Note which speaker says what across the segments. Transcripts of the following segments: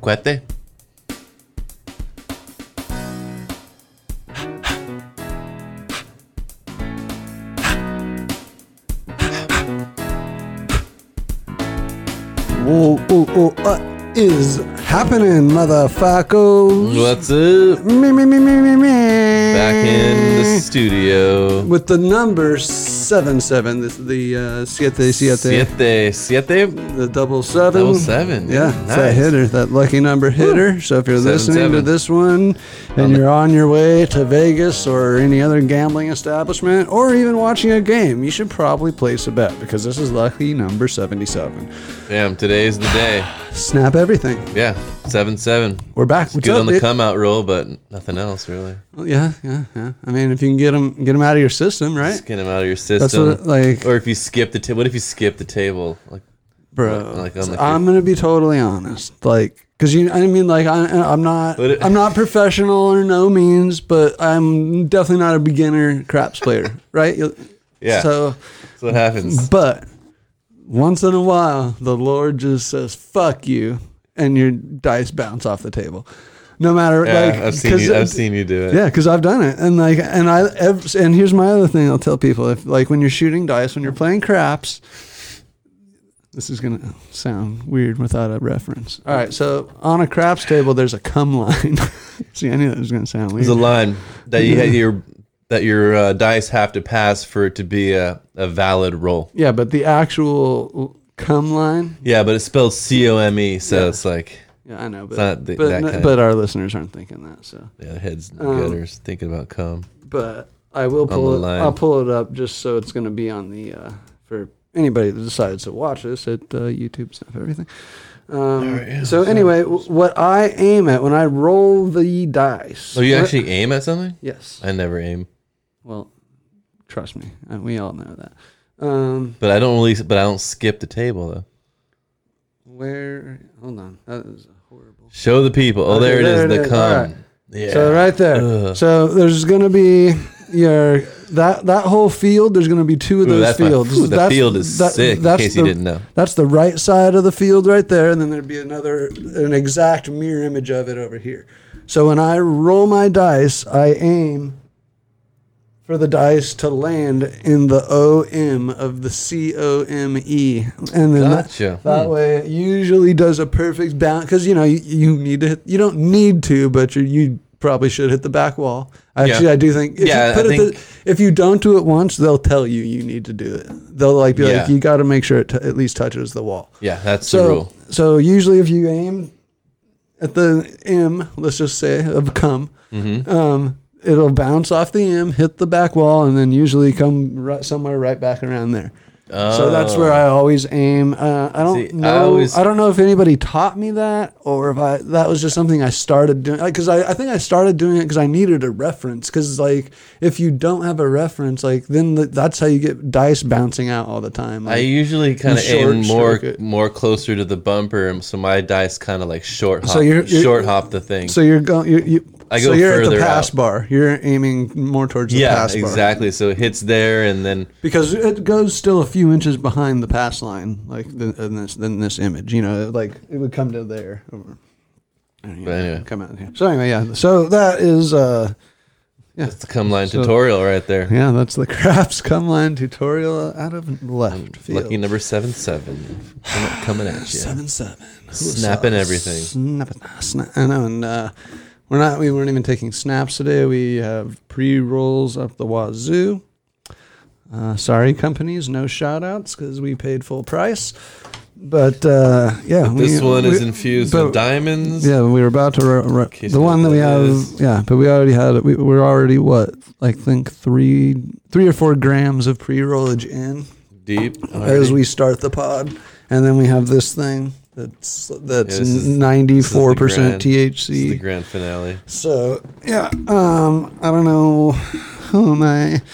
Speaker 1: cohetes.
Speaker 2: Whoa, whoa, whoa, what is happening, motherfuckers?
Speaker 1: What's up?
Speaker 2: Me, me, me, me, me, me.
Speaker 1: Back in the studio.
Speaker 2: With the number 77, this is the uh, siete, siete,
Speaker 1: Siete. Siete.
Speaker 2: the double seven.
Speaker 1: Double seven.
Speaker 2: Yeah, it's that
Speaker 1: Nice.
Speaker 2: hitter, that lucky number hitter. So if you're
Speaker 1: Seven,
Speaker 2: listening to
Speaker 1: seven. Um,
Speaker 2: this one and you're on your way to Vegas or any other gambling establishment or even watching a game, you should probably place a bet because this is lucky number 77.
Speaker 1: Damn, today's the day.
Speaker 2: Snap everything.
Speaker 1: Yeah, 7 7.
Speaker 2: We're back. What's
Speaker 1: Good
Speaker 2: up,
Speaker 1: on the
Speaker 2: dude?
Speaker 1: come out roll, but nothing else really.
Speaker 2: Well, Yeah, yeah, yeah. I mean, if you can get them, get them out of your system, right,
Speaker 1: Just get him out of your
Speaker 2: That's
Speaker 1: system.
Speaker 2: what, like-
Speaker 1: or if you skip the table, what if you skip the table? Like,
Speaker 2: bro?
Speaker 1: Like, I'm
Speaker 2: So
Speaker 1: like-
Speaker 2: I'm gonna be totally honest, like, cause you, I mean, like, I, I'm not,
Speaker 1: But it-
Speaker 2: I'm not professional or no means, but I'm definitely not a beginner craps player, right? You-
Speaker 1: Yeah.
Speaker 2: So,
Speaker 1: that's what happens.
Speaker 2: but once in a while, the Lord just says "fuck you," and your dice bounce off the table, no matter
Speaker 1: Yeah,
Speaker 2: like.
Speaker 1: I've seen
Speaker 2: 'cause
Speaker 1: you. I've
Speaker 2: it-
Speaker 1: seen you do it.
Speaker 2: Yeah, because I've done it, and like, and I, ev- and here's my other thing. I'll tell people if, like, when you're shooting dice, when you're playing craps, this is gonna sound weird without a reference. All right, so on a craps table, there's a cum line. See, I knew that was gonna sound weird.
Speaker 1: There's a line that you your that your uh, dice have to pass for it to be a, a valid roll.
Speaker 2: yeah, but the actual cum line.
Speaker 1: Yeah, but it's spelled C O M E, so it's like
Speaker 2: Yeah, I know, but
Speaker 1: not the-
Speaker 2: but,
Speaker 1: that
Speaker 2: n-
Speaker 1: kind of-
Speaker 2: but our listeners aren't thinking that. So,
Speaker 1: yeah, the heads and
Speaker 2: Um,
Speaker 1: gutters thinking about cum.
Speaker 2: but I will pull
Speaker 1: the
Speaker 2: it.
Speaker 1: line.
Speaker 2: I'll pull it up just so it's gonna be on the uh, for anybody that decides to watch this at uh, YouTube stuff everything. Um, so anyway, w- what I aim at when I roll the dice.
Speaker 1: Oh, you
Speaker 2: what-
Speaker 1: actually aim at something?
Speaker 2: Yes.
Speaker 1: I never aim,
Speaker 2: Well, trust me, uh, we all know that. Um,
Speaker 1: but I don't really. But I don't skip the table though.
Speaker 2: where? Hold on. That is horrible.
Speaker 1: Show the people. Oh,
Speaker 2: Okay,
Speaker 1: there,
Speaker 2: there
Speaker 1: it
Speaker 2: it
Speaker 1: is. The
Speaker 2: is.
Speaker 1: cum.
Speaker 2: Alright.
Speaker 1: Yeah.
Speaker 2: So right there. So there's gonna be your that that whole field. There's gonna be two of
Speaker 1: Ooh,
Speaker 2: those
Speaker 1: that's my-
Speaker 2: fields.
Speaker 1: ooh, the field is sick, in case you
Speaker 2: the-
Speaker 1: didn't know.
Speaker 2: That's the right side of the field right there, and then there'd be another an exact mirror image of it over here. So when I roll my dice, I aim for the dice to land in the O M of the C O M E, and then that-
Speaker 1: Gotcha.
Speaker 2: that, way it usually does a perfect bounce because you know you, you need to hit, you don't need to, but you you probably should hit the back wall. Actually,
Speaker 1: Yeah.
Speaker 2: I do think if
Speaker 1: Yeah,
Speaker 2: you put
Speaker 1: I
Speaker 2: it the-
Speaker 1: think-
Speaker 2: if you don't do it once, they'll tell you you need to do it. They'll like be like
Speaker 1: Yeah.
Speaker 2: you got to make sure it t- at least touches the wall.
Speaker 1: yeah, that's the
Speaker 2: So
Speaker 1: rule.
Speaker 2: so usually if you aim at the M, let's just say of come,
Speaker 1: Mm-hmm.
Speaker 2: um, it'll bounce off the M, hit the back wall, and then usually come right, somewhere right back around there. So that's where I always aim. Uh, I don't
Speaker 1: Oh. See, I
Speaker 2: know. I,
Speaker 1: always-
Speaker 2: don't know if anybody taught me that or if I that was just something I started doing. Because I, I think I started doing it because I needed a reference. Because like if you don't have a reference, like then the, that's how you get dice bouncing out all the time.
Speaker 1: I
Speaker 2: Like,
Speaker 1: usually kind of
Speaker 2: short
Speaker 1: aim more
Speaker 2: circuit.
Speaker 1: more closer to the bumper, and so my dice kind of like short hop,
Speaker 2: So you're- you're-
Speaker 1: short hop the thing.
Speaker 2: so you're going. You, you,
Speaker 1: I
Speaker 2: so
Speaker 1: go
Speaker 2: you're at the
Speaker 1: further
Speaker 2: pass
Speaker 1: out.
Speaker 2: bar. You're aiming more towards the
Speaker 1: yeah,
Speaker 2: pass bar.
Speaker 1: exactly. So it hits there, and then
Speaker 2: because it goes still a few inches behind the pass line, like the, in this in this image. You know, like it would come to there. Over.
Speaker 1: but anyway,
Speaker 2: Come out here. So anyway, yeah. So that is uh,
Speaker 1: that's the cum line tutorial right there.
Speaker 2: yeah, that's the crafts come line tutorial out of left field.
Speaker 1: Lucky number seven seven coming, coming at you,
Speaker 2: seven seven.
Speaker 1: snapping everything.
Speaker 2: Snapping, snap. I know, and uh, we're not. We weren't even taking snaps today. We have pre rolls up the wazoo. Uh, sorry, companies, no shout outs because we paid full price. But uh, yeah,
Speaker 1: This
Speaker 2: we-
Speaker 1: one is
Speaker 2: we-
Speaker 1: infused
Speaker 2: but-
Speaker 1: with diamonds.
Speaker 2: Yeah, we were about to ro- ro-
Speaker 1: case
Speaker 2: the
Speaker 1: you
Speaker 2: one that
Speaker 1: don't
Speaker 2: we
Speaker 1: know
Speaker 2: have.
Speaker 1: what it is.
Speaker 2: Yeah, but we already had it. We we're already what I think three three or four grams of pre rollage in
Speaker 1: Deep.
Speaker 2: as
Speaker 1: already.
Speaker 2: we start the pod, and then we have this thing that's that's
Speaker 1: Yeah, this is- this is the
Speaker 2: ninety four
Speaker 1: grand-
Speaker 2: percent
Speaker 1: This is the
Speaker 2: THC.
Speaker 1: grand finale.
Speaker 2: So yeah, um, I don't know who am I.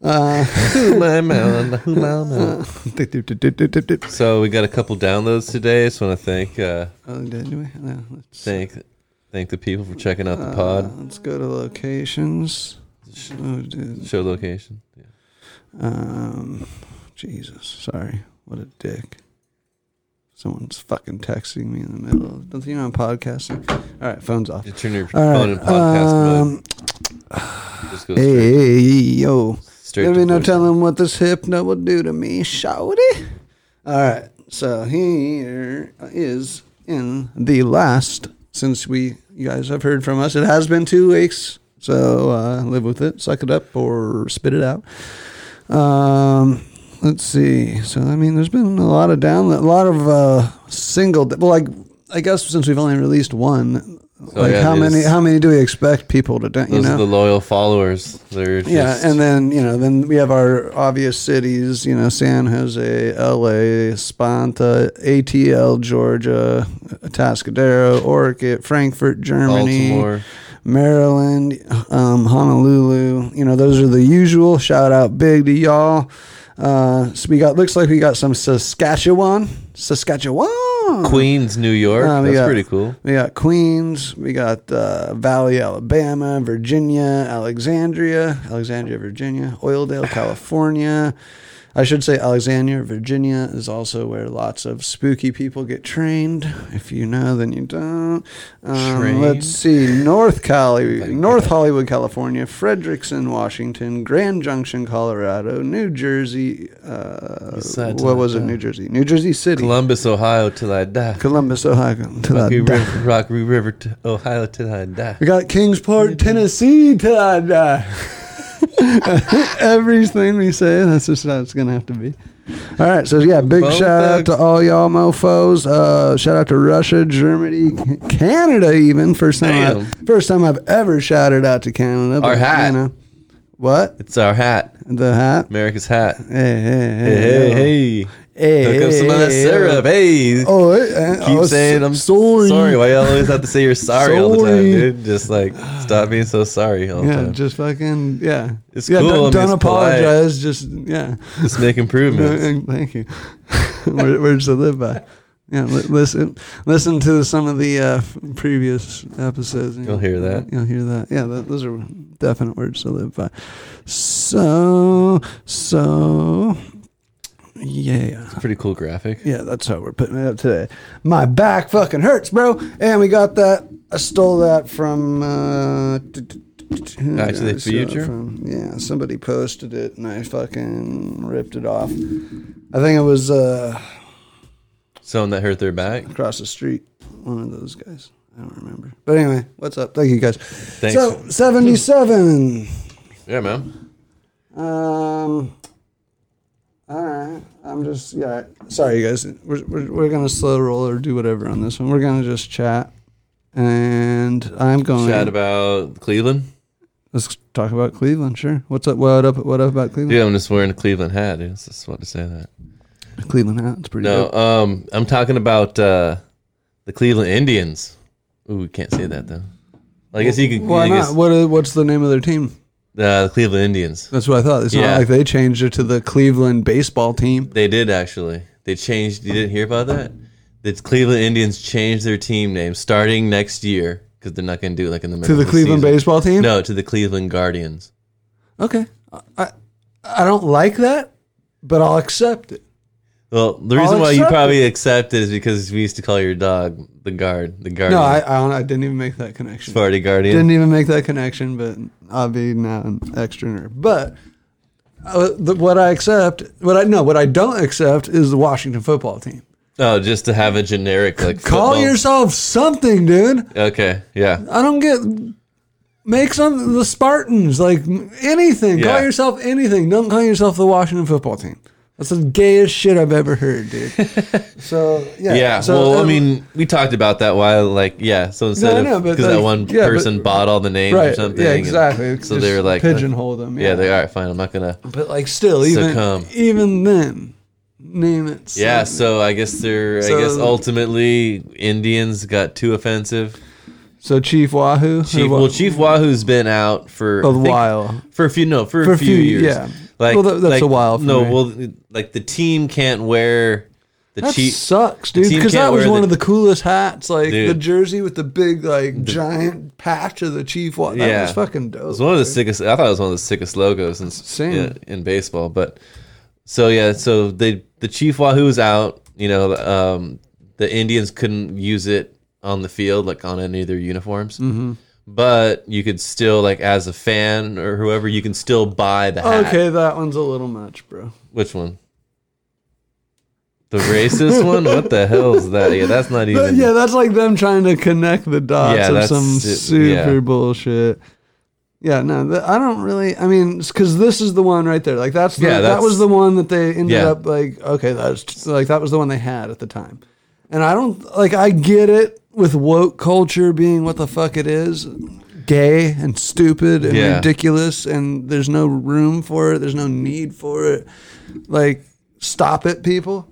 Speaker 2: Uh,
Speaker 1: Hula melon, hula melon.
Speaker 2: dip, dip, dip, dip, dip, dip, dip.
Speaker 1: so we got a couple downloads today. Just want to thank uh,
Speaker 2: Oh, did we? No, let's,
Speaker 1: thank thank the people for checking out the
Speaker 2: uh,
Speaker 1: pod.
Speaker 2: let's go to locations. Oh, dude.
Speaker 1: Show location. Yeah.
Speaker 2: Um, Jesus, sorry, what a dick. Someone's fucking texting me in the middle. of- Don't you know I'm podcasting? All right, phone's off.
Speaker 1: You turn your
Speaker 2: All
Speaker 1: phone
Speaker 2: right,
Speaker 1: in podcast
Speaker 2: um,
Speaker 1: mode. Just go
Speaker 2: Hey,
Speaker 1: straight,
Speaker 2: hey, yo.
Speaker 1: straight
Speaker 2: There
Speaker 1: to
Speaker 2: be no
Speaker 1: voice.
Speaker 2: telling what this hypno will do to me, shawty. All right, so here is in the last since we you guys have heard from us. It has been two weeks, so uh, live with it, suck it up, or spit it out. Um, let's see. So I mean, there's been a lot of down, a lot of uh, single. Well, like I guess since we've only released one,
Speaker 1: So,
Speaker 2: like
Speaker 1: yeah,
Speaker 2: how many
Speaker 1: these-
Speaker 2: how many do we expect people to? do- You
Speaker 1: Those
Speaker 2: know,
Speaker 1: are the loyal followers. They're just,
Speaker 2: yeah, and then you know, then we have our obvious cities. You know, San Jose, L.A., Sponta, ATL, Georgia, Atascadero, Orchid, Frankfurt, Germany,
Speaker 1: Baltimore.
Speaker 2: Maryland, um, Honolulu. You know, those are the usual. Shout out big to y'all. Uh, so we got looks like we got some Saskatchewan, Saskatchewan.
Speaker 1: Queens, New York.
Speaker 2: Um,
Speaker 1: That's
Speaker 2: yeah.
Speaker 1: pretty cool.
Speaker 2: We got Queens. We got uh, Valley, Alabama, Virginia, Alexandria, Alexandria, Virginia, Oildale, California. I should say Alexandria, Virginia is also where lots of spooky people get trained. If you know, then you don't. Um,
Speaker 1: Trained?
Speaker 2: let's see. North Cali,
Speaker 1: Like,
Speaker 2: North
Speaker 1: yeah.
Speaker 2: Hollywood, California, Frederickson, Washington, Grand Junction, Colorado, New Jersey. Uh,
Speaker 1: said
Speaker 2: what
Speaker 1: that,
Speaker 2: was it?
Speaker 1: yeah.
Speaker 2: New Jersey. New Jersey City.
Speaker 1: Columbus, Ohio, till I die.
Speaker 2: Columbus, Ohio. To that
Speaker 1: Rocky
Speaker 2: da-
Speaker 1: River, Rocky River, t- Ohio, till I die.
Speaker 2: we got Kingsport, Tennessee till I die. Everything we say, that's just how it's gonna have to be. All right, so yeah, big
Speaker 1: Bone
Speaker 2: shout out
Speaker 1: thugs.
Speaker 2: to all y'all mofo's. Uh, shout out to Russia, Germany, C- Canada. Even first time, I,
Speaker 1: Damn.
Speaker 2: first time I've ever shouted out to Canada.
Speaker 1: Our hat.
Speaker 2: what
Speaker 1: It's our hat,
Speaker 2: the hat?
Speaker 1: America's hat.
Speaker 2: Hey, hey, hey,
Speaker 1: Hey,
Speaker 2: yo.
Speaker 1: hey, hey.
Speaker 2: hey,
Speaker 1: Look up
Speaker 2: hey,
Speaker 1: some of that
Speaker 2: hey,
Speaker 1: syrup. Hey.
Speaker 2: Oh, hey, eh, I
Speaker 1: Keep
Speaker 2: was
Speaker 1: saying I'm
Speaker 2: sorry.
Speaker 1: Sorry, why you always have to say you're sorry, all the time,
Speaker 2: Sorry.
Speaker 1: dude? Just like stop being so sorry all the
Speaker 2: Yeah,
Speaker 1: time. Just,
Speaker 2: just fucking yeah.
Speaker 1: It's
Speaker 2: yeah,
Speaker 1: cool, I mean,
Speaker 2: Don't, don't
Speaker 1: it's polite.
Speaker 2: apologize. Just yeah.
Speaker 1: make improvements.
Speaker 2: Uh, Thank you. Word, words to live by. Yeah, li- listen, listen to some of the uh, f- previous episodes. and
Speaker 1: You'll hear that.
Speaker 2: You'll hear that. Yeah, that, those are definite words to live by. So, so, yeah.
Speaker 1: Pretty cool graphic.
Speaker 2: Yeah, that's how we're putting it up today. My back fucking hurts, bro. And we got that. I stole that from uh, t- t- t- t- who
Speaker 1: Back to the
Speaker 2: did I steal it
Speaker 1: Future?
Speaker 2: from? Yeah, somebody posted it, and I fucking ripped it off. I think it was uh,
Speaker 1: Someone that hurt their back.
Speaker 2: across the street. One of those guys. I don't remember. But anyway, what's up? Thank you guys.
Speaker 1: Thanks.
Speaker 2: So seventy-seven.
Speaker 1: Yeah, man.
Speaker 2: Um. All right. I'm just yeah. Sorry, you guys. We're, we're we're gonna slow roll or do whatever on this one. We're gonna just chat, and I'm going.
Speaker 1: Chat about Cleveland.
Speaker 2: Let's talk about Cleveland. Sure. What's up? What up? What up about Cleveland?
Speaker 1: Dude, I'm just wearing a Cleveland hat. Dude. I just wanted to say that.
Speaker 2: Cleveland hat. It's pretty.
Speaker 1: No,
Speaker 2: dope.
Speaker 1: um, I'm talking about uh, the Cleveland Indians. Ooh, we can't say that though. I guess you could.
Speaker 2: Why
Speaker 1: I
Speaker 2: not?
Speaker 1: guess,
Speaker 2: What? are- What's the name of their team?
Speaker 1: uh, the Cleveland Indians.
Speaker 2: That's what I thought. It's
Speaker 1: Yeah.
Speaker 2: not like they changed it to the Cleveland baseball team.
Speaker 1: They did actually. They changed. You didn't hear about that? The Cleveland Indians changed their team name starting next year because they're not going to do it like in the middle
Speaker 2: To the
Speaker 1: of
Speaker 2: Cleveland
Speaker 1: season.
Speaker 2: baseball team.
Speaker 1: No, to the Cleveland Guardians.
Speaker 2: Okay. I- I I don't like that, but I'll accept it.
Speaker 1: Well, the
Speaker 2: I'll
Speaker 1: reason why you
Speaker 2: accept
Speaker 1: probably accept it is because we used to call your dog the guard, the guardian.
Speaker 2: No, I I, don't, I didn't even make that connection.
Speaker 1: Sparty Guardian.
Speaker 2: Didn't even make that connection, but I'll be now an extra nerd. But uh, the, what I accept, what I no, what I don't accept is the Washington football team.
Speaker 1: Oh, just to have a generic like
Speaker 2: Call
Speaker 1: football-
Speaker 2: yourself something, dude.
Speaker 1: Okay, yeah.
Speaker 2: I don't get. Make some the Spartans like anything. Call
Speaker 1: Yeah.
Speaker 2: yourself anything. Don't call yourself the Washington football team. That's the gayest shit I've ever heard, dude. so yeah,
Speaker 1: Yeah,
Speaker 2: So,
Speaker 1: well, I
Speaker 2: um,
Speaker 1: mean, we talked about that while, like, yeah. So instead
Speaker 2: I
Speaker 1: of
Speaker 2: know, but,
Speaker 1: because that
Speaker 2: like,
Speaker 1: one
Speaker 2: yeah, but-
Speaker 1: person bought all the names or
Speaker 2: right?
Speaker 1: something,
Speaker 2: Yeah,
Speaker 1: and
Speaker 2: exactly.
Speaker 1: So
Speaker 2: Just
Speaker 1: they were like, uh,
Speaker 2: pigeonhole them.
Speaker 1: yeah, they all right, fine. I'm not gonna.
Speaker 2: But like, still, even
Speaker 1: Succumb.
Speaker 2: even then, name it.
Speaker 1: Yeah,
Speaker 2: something.
Speaker 1: so I guess they're. I guess
Speaker 2: So-
Speaker 1: ultimately, Indians got too offensive.
Speaker 2: So Chief Wahoo.
Speaker 1: Chief, well, Chief Wahoo's been out for
Speaker 2: A
Speaker 1: I think-
Speaker 2: while.
Speaker 1: for a few no, for,
Speaker 2: For
Speaker 1: a few, years.
Speaker 2: yeah.
Speaker 1: like
Speaker 2: Well, that- that's
Speaker 1: like,
Speaker 2: a while for
Speaker 1: no,
Speaker 2: me.
Speaker 1: well, like the team can't wear the
Speaker 2: That
Speaker 1: chief.
Speaker 2: sucks, dude.
Speaker 1: team
Speaker 2: Because that
Speaker 1: can't
Speaker 2: was
Speaker 1: wear
Speaker 2: one
Speaker 1: the-
Speaker 2: of the coolest hats, like the
Speaker 1: Dude.
Speaker 2: jersey with the big, like giant patch of the Chief Wahoo. That
Speaker 1: Yeah.
Speaker 2: was fucking
Speaker 1: It
Speaker 2: dope.
Speaker 1: was one of the sickest. I thought it was one of the sickest logos in
Speaker 2: Same.
Speaker 1: yeah, in baseball. But so yeah, so they the Chief Wahoo's out. You know, um, the Indians couldn't use it on the field, like on any of their uniforms. Mm-hmm. But you could still, like, as a fan or whoever, you can still buy the hat.
Speaker 2: Okay, that one's a little much, bro.
Speaker 1: Which one? The racist one? What the hell is that? Yeah, that's not
Speaker 2: But
Speaker 1: even.
Speaker 2: yeah, that's like them trying to connect the dots
Speaker 1: Yeah,
Speaker 2: of
Speaker 1: that's
Speaker 2: some
Speaker 1: it-
Speaker 2: super
Speaker 1: yeah.
Speaker 2: bullshit. Yeah, no, th- I don't really. I mean, because this is the one right there. Like that's, the,
Speaker 1: Yeah,
Speaker 2: that was
Speaker 1: that's-
Speaker 2: the one that they ended
Speaker 1: Yeah.
Speaker 2: up like. Okay, that's just- like that was the one they had at the time, and I don't like. I get it with woke culture being what the fuck it is, gay and stupid and
Speaker 1: Yeah.
Speaker 2: ridiculous, and there's no room for it. There's no need for it. Like, stop it, people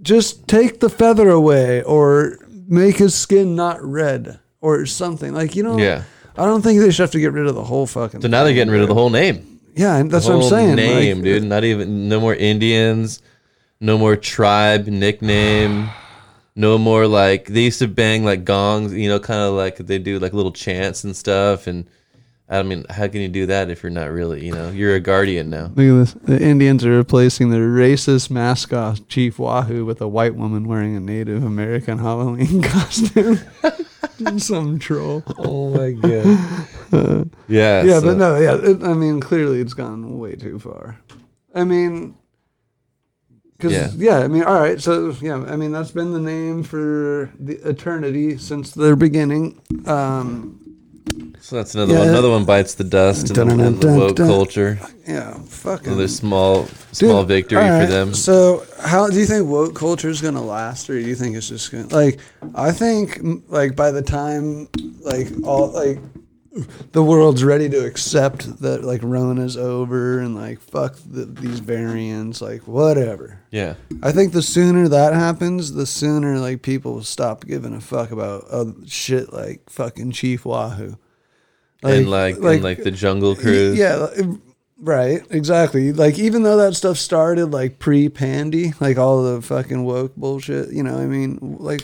Speaker 2: just take the feather away or make his skin not red or something. Like, you know,
Speaker 1: Yeah.
Speaker 2: I don't think they should have to get rid of the whole fucking
Speaker 1: So now they're getting rid of the whole name.
Speaker 2: Yeah, and that's what I'm
Speaker 1: Whole
Speaker 2: saying.
Speaker 1: Name,
Speaker 2: like,
Speaker 1: dude. Not even. No more Indians. No more tribe nickname. No more like they used to bang like gongs, you know, kind of like they do like little chants and stuff. And I mean, how can you do that if you're not really, you know, you're a guardian now?
Speaker 2: Look at this. The Indians are replacing their racist mascot, Chief Wahoo, with a white woman wearing a Native American Halloween costume. Some troll.
Speaker 1: Oh my god. yeah.
Speaker 2: Yeah,
Speaker 1: so-
Speaker 2: but no, yeah. It, I mean, clearly it's gone way too far. I mean, because
Speaker 1: Yeah.
Speaker 2: yeah. I mean, all right. So yeah, I mean that's been the name for the eternity since their beginning. Um,
Speaker 1: So that's another
Speaker 2: Yeah.
Speaker 1: one. Another one bites the dust in, the- in the
Speaker 2: Dun-dun-dun-dun.
Speaker 1: woke culture.
Speaker 2: yeah, fucking
Speaker 1: Another small,
Speaker 2: Dude,
Speaker 1: small victory
Speaker 2: all
Speaker 1: for
Speaker 2: right,
Speaker 1: them.
Speaker 2: So how do you think woke culture is gonna last, or do you think it's just gonna like? I think m- like by the time like all like the world's ready to accept that like Rona's over and like fuck the, these variants, like whatever.
Speaker 1: Yeah,
Speaker 2: I think the sooner that happens, the sooner like people will stop giving a fuck about other shit like fucking Chief Wahoo.
Speaker 1: and like, and like the Jungle Cruise.
Speaker 2: yeah, like, right, exactly. Like even though that stuff started like pre-pandy, like all the fucking woke bullshit, you know, I mean, like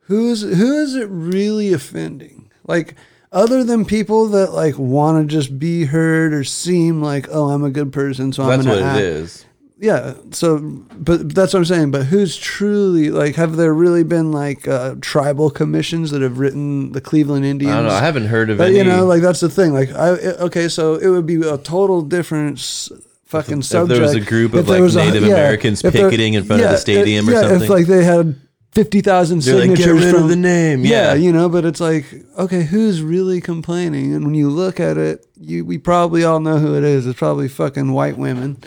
Speaker 2: who is who is it really offending? Like other than people that like want to just be heard or seem like, oh, I'm a good person, so I'm
Speaker 1: that's
Speaker 2: gonna
Speaker 1: what
Speaker 2: act
Speaker 1: it is.
Speaker 2: yeah so but that's what i'm saying but who's truly like have there really been like uh, tribal commissions that have written the cleveland indians
Speaker 1: I don't know. I haven't heard of
Speaker 2: but
Speaker 1: any.
Speaker 2: you know like that's the thing like i it- okay so it would be a total different s- fucking
Speaker 1: if
Speaker 2: subject
Speaker 1: there was a group of,
Speaker 2: if there
Speaker 1: like,
Speaker 2: was
Speaker 1: Native Americans
Speaker 2: if there-
Speaker 1: picketing in front of the stadium or
Speaker 2: yeah,
Speaker 1: something.
Speaker 2: if like they had 50,000
Speaker 1: They're like,
Speaker 2: signatures
Speaker 1: get rid
Speaker 2: from
Speaker 1: of the name.
Speaker 2: yeah,
Speaker 1: Yeah,
Speaker 2: you know, but it's like, okay, who's really complaining? And when you look at it, you we probably all know who it is. It's probably fucking white women.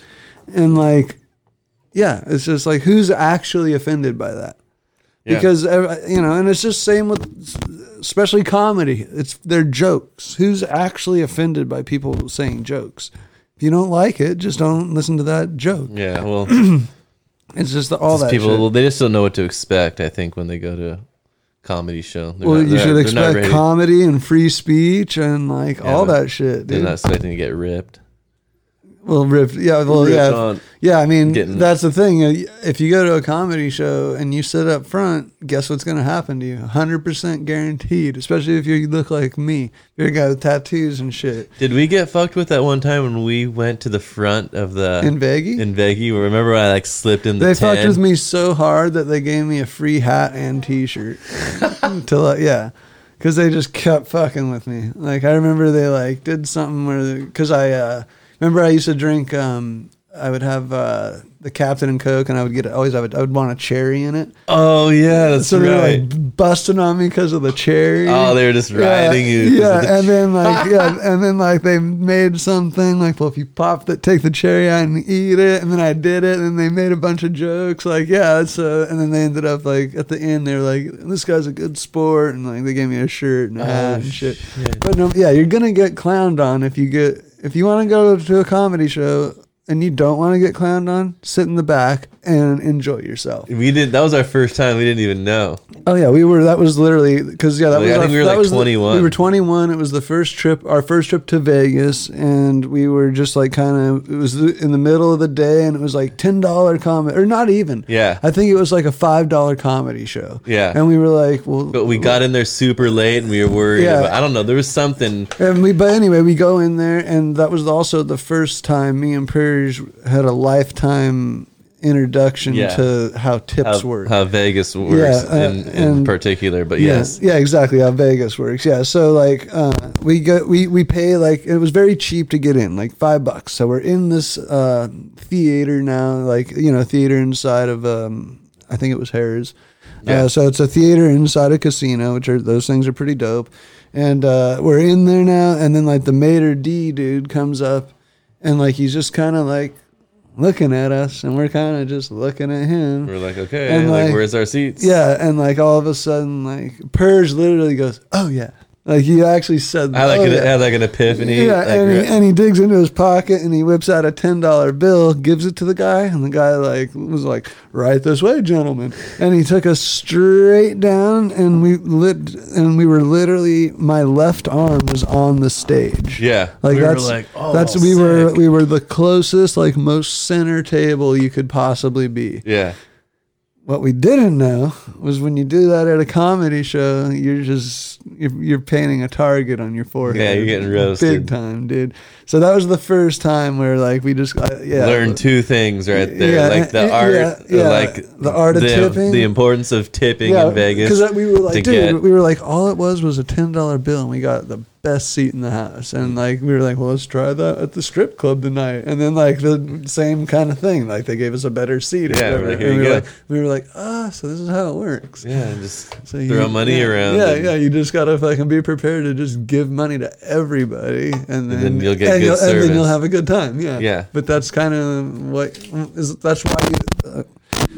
Speaker 2: And like, yeah, it's just like who's actually offended by that?
Speaker 1: Yeah.
Speaker 2: Because ev- you know, and it's just same with especially comedy. It's their jokes. Who's actually offended by people saying jokes? If you don't like it, just don't listen to that joke.
Speaker 1: yeah. Well,
Speaker 2: It's just the, all that
Speaker 1: people
Speaker 2: shit.
Speaker 1: well, they just don't know what to expect. I think when they go to a comedy show, They're
Speaker 2: Well,
Speaker 1: not-
Speaker 2: you
Speaker 1: they're- they're
Speaker 2: should
Speaker 1: not
Speaker 2: expect
Speaker 1: ready-
Speaker 2: comedy and free speech and like all
Speaker 1: but
Speaker 2: that shit,
Speaker 1: They're
Speaker 2: dude.
Speaker 1: not expecting to get ripped.
Speaker 2: Well, ripped. Yeah. Well,
Speaker 1: Ripped
Speaker 2: yeah.
Speaker 1: on.
Speaker 2: Yeah. I mean,
Speaker 1: Getting-
Speaker 2: that's the thing. Uh, If you go to a comedy show and you sit up front, guess what's going to happen to you? 100% guaranteed, especially if you look like me. You're a guy with tattoos and shit.
Speaker 1: Did we get fucked with that one time when we went to the front of the
Speaker 2: In Vegas?
Speaker 1: In Vegas, remember when I like slipped in the
Speaker 2: They
Speaker 1: 10?
Speaker 2: fucked with me so hard that they gave me a free hat and T-shirt. Until I, yeah, because they just kept fucking with me. Like I remember they like did something where because I uh, remember I used to drink. Um, I would have uh, the Captain and Coke, and I would get always I would I would want a cherry in it.
Speaker 1: Oh yeah, that's
Speaker 2: So
Speaker 1: right.
Speaker 2: they're like busting on me because of the cherry.
Speaker 1: Oh, they were just riding you 'cause of
Speaker 2: Yeah,
Speaker 1: the
Speaker 2: and then like yeah, and then like they made something like, well, if you pop that, take the cherry out and eat it, and then I did it, and they made a bunch of jokes like, yeah, that's uh, and then they ended up like at the end they were like, this guy's a good sport, and like they gave me a shirt and a
Speaker 1: Oh,
Speaker 2: hat and shit. But no, yeah, you're gonna get clowned on if you get if you want to go to a comedy show. And you don't want to get clowned on, sit in the back and enjoy yourself.
Speaker 1: we did. That was our first time. We didn't even know.
Speaker 2: Oh yeah, we were. That was literally because yeah, that
Speaker 1: Like,
Speaker 2: was.
Speaker 1: I think
Speaker 2: our-
Speaker 1: we were,
Speaker 2: that
Speaker 1: like,
Speaker 2: was the-
Speaker 1: 21.
Speaker 2: we were twenty one. It was the first trip, our first trip to Vegas, and we were just like kind of. It was in the middle of the day, and it was like ten dollar comedy, or not even.
Speaker 1: Yeah.
Speaker 2: I think it was like a five dollar comedy show.
Speaker 1: Yeah.
Speaker 2: and we were like, well,
Speaker 1: But we got in there super late, and we were worried.
Speaker 2: Yeah.
Speaker 1: About, I don't know. There was something.
Speaker 2: And we, but anyway, we go in there, and that was also the first time me and Purge had a lifetime introduction
Speaker 1: Yeah.
Speaker 2: to how tips
Speaker 1: how,
Speaker 2: work.
Speaker 1: how Vegas works
Speaker 2: uh,
Speaker 1: in, in
Speaker 2: and-
Speaker 1: particular. But
Speaker 2: Yeah,
Speaker 1: yes,
Speaker 2: Yeah, exactly. How Vegas works. Yeah. So like uh, we go we we pay like it was very cheap to get in, like five bucks. So we're in this uh, theater now, like you know, theater inside of um, I think it was Harris.
Speaker 1: Yeah.
Speaker 2: Uh, so it's a theater inside a casino, which are those things are pretty dope. And uh, we're in there now, and then like the Mater D dude comes up, and like he's just kind of like looking at us, and we're kind of just looking at him.
Speaker 1: we're like, okay,
Speaker 2: And,
Speaker 1: like,
Speaker 2: like,
Speaker 1: where's our seats?
Speaker 2: Yeah, and like all of a sudden, like Purge literally goes, "Oh yeah," like he actually said,
Speaker 1: I like
Speaker 2: "Oh,
Speaker 1: an,
Speaker 2: yeah."
Speaker 1: I like an epiphany.
Speaker 2: yeah,
Speaker 1: like,
Speaker 2: and, he,
Speaker 1: right-
Speaker 2: and he digs into his pocket and he whips out a ten dollar bill, gives it to the guy, and the guy like was like, "Right this way, gentlemen," and he took us straight down, and we lit, and we were literally my left arm was on the stage.
Speaker 1: yeah.
Speaker 2: Like
Speaker 3: We were
Speaker 2: that's
Speaker 3: like, "Oh,
Speaker 2: that's we were
Speaker 3: sick."
Speaker 2: we were the closest like most center table you could possibly be.
Speaker 1: Yeah.
Speaker 2: What we didn't know was when you do that at a comedy show, you're just you're, you're painting a target on your forehead.
Speaker 1: Yeah, you're getting roasted.
Speaker 2: big time, dude. So that was the first time where like we just uh, yeah
Speaker 1: Learn two things right there,
Speaker 2: Yeah,
Speaker 1: like the
Speaker 2: and-
Speaker 1: art,
Speaker 2: yeah, yeah,
Speaker 1: like
Speaker 2: the art of tipping.
Speaker 1: the importance of tipping in Vegas.
Speaker 2: because we were
Speaker 1: to
Speaker 2: like, dude,
Speaker 1: get-
Speaker 2: we were like, all it was was a ten dollar bill, and we got the best seat in the house. And like, we were like, well, let's try that at the strip club tonight. And then like the same kind of thing, like they gave us a better seat. or
Speaker 1: Yeah, we're
Speaker 2: whatever.
Speaker 1: like, here
Speaker 2: And
Speaker 1: you
Speaker 2: we
Speaker 1: go.
Speaker 2: were like, we were like, ah, so this is how it works.
Speaker 1: yeah, and just
Speaker 2: So
Speaker 1: throw
Speaker 2: you-
Speaker 1: money
Speaker 2: yeah,
Speaker 1: around.
Speaker 2: Yeah,
Speaker 1: and-
Speaker 2: yeah. You just gotta fucking be prepared to just give money to everybody, and then,
Speaker 1: then you'll get
Speaker 2: and
Speaker 1: good
Speaker 2: you'll, and then you'll
Speaker 1: service.
Speaker 2: have a good time. Yeah.
Speaker 1: Yeah.
Speaker 2: But that's kind of what is. That's why. You, uh,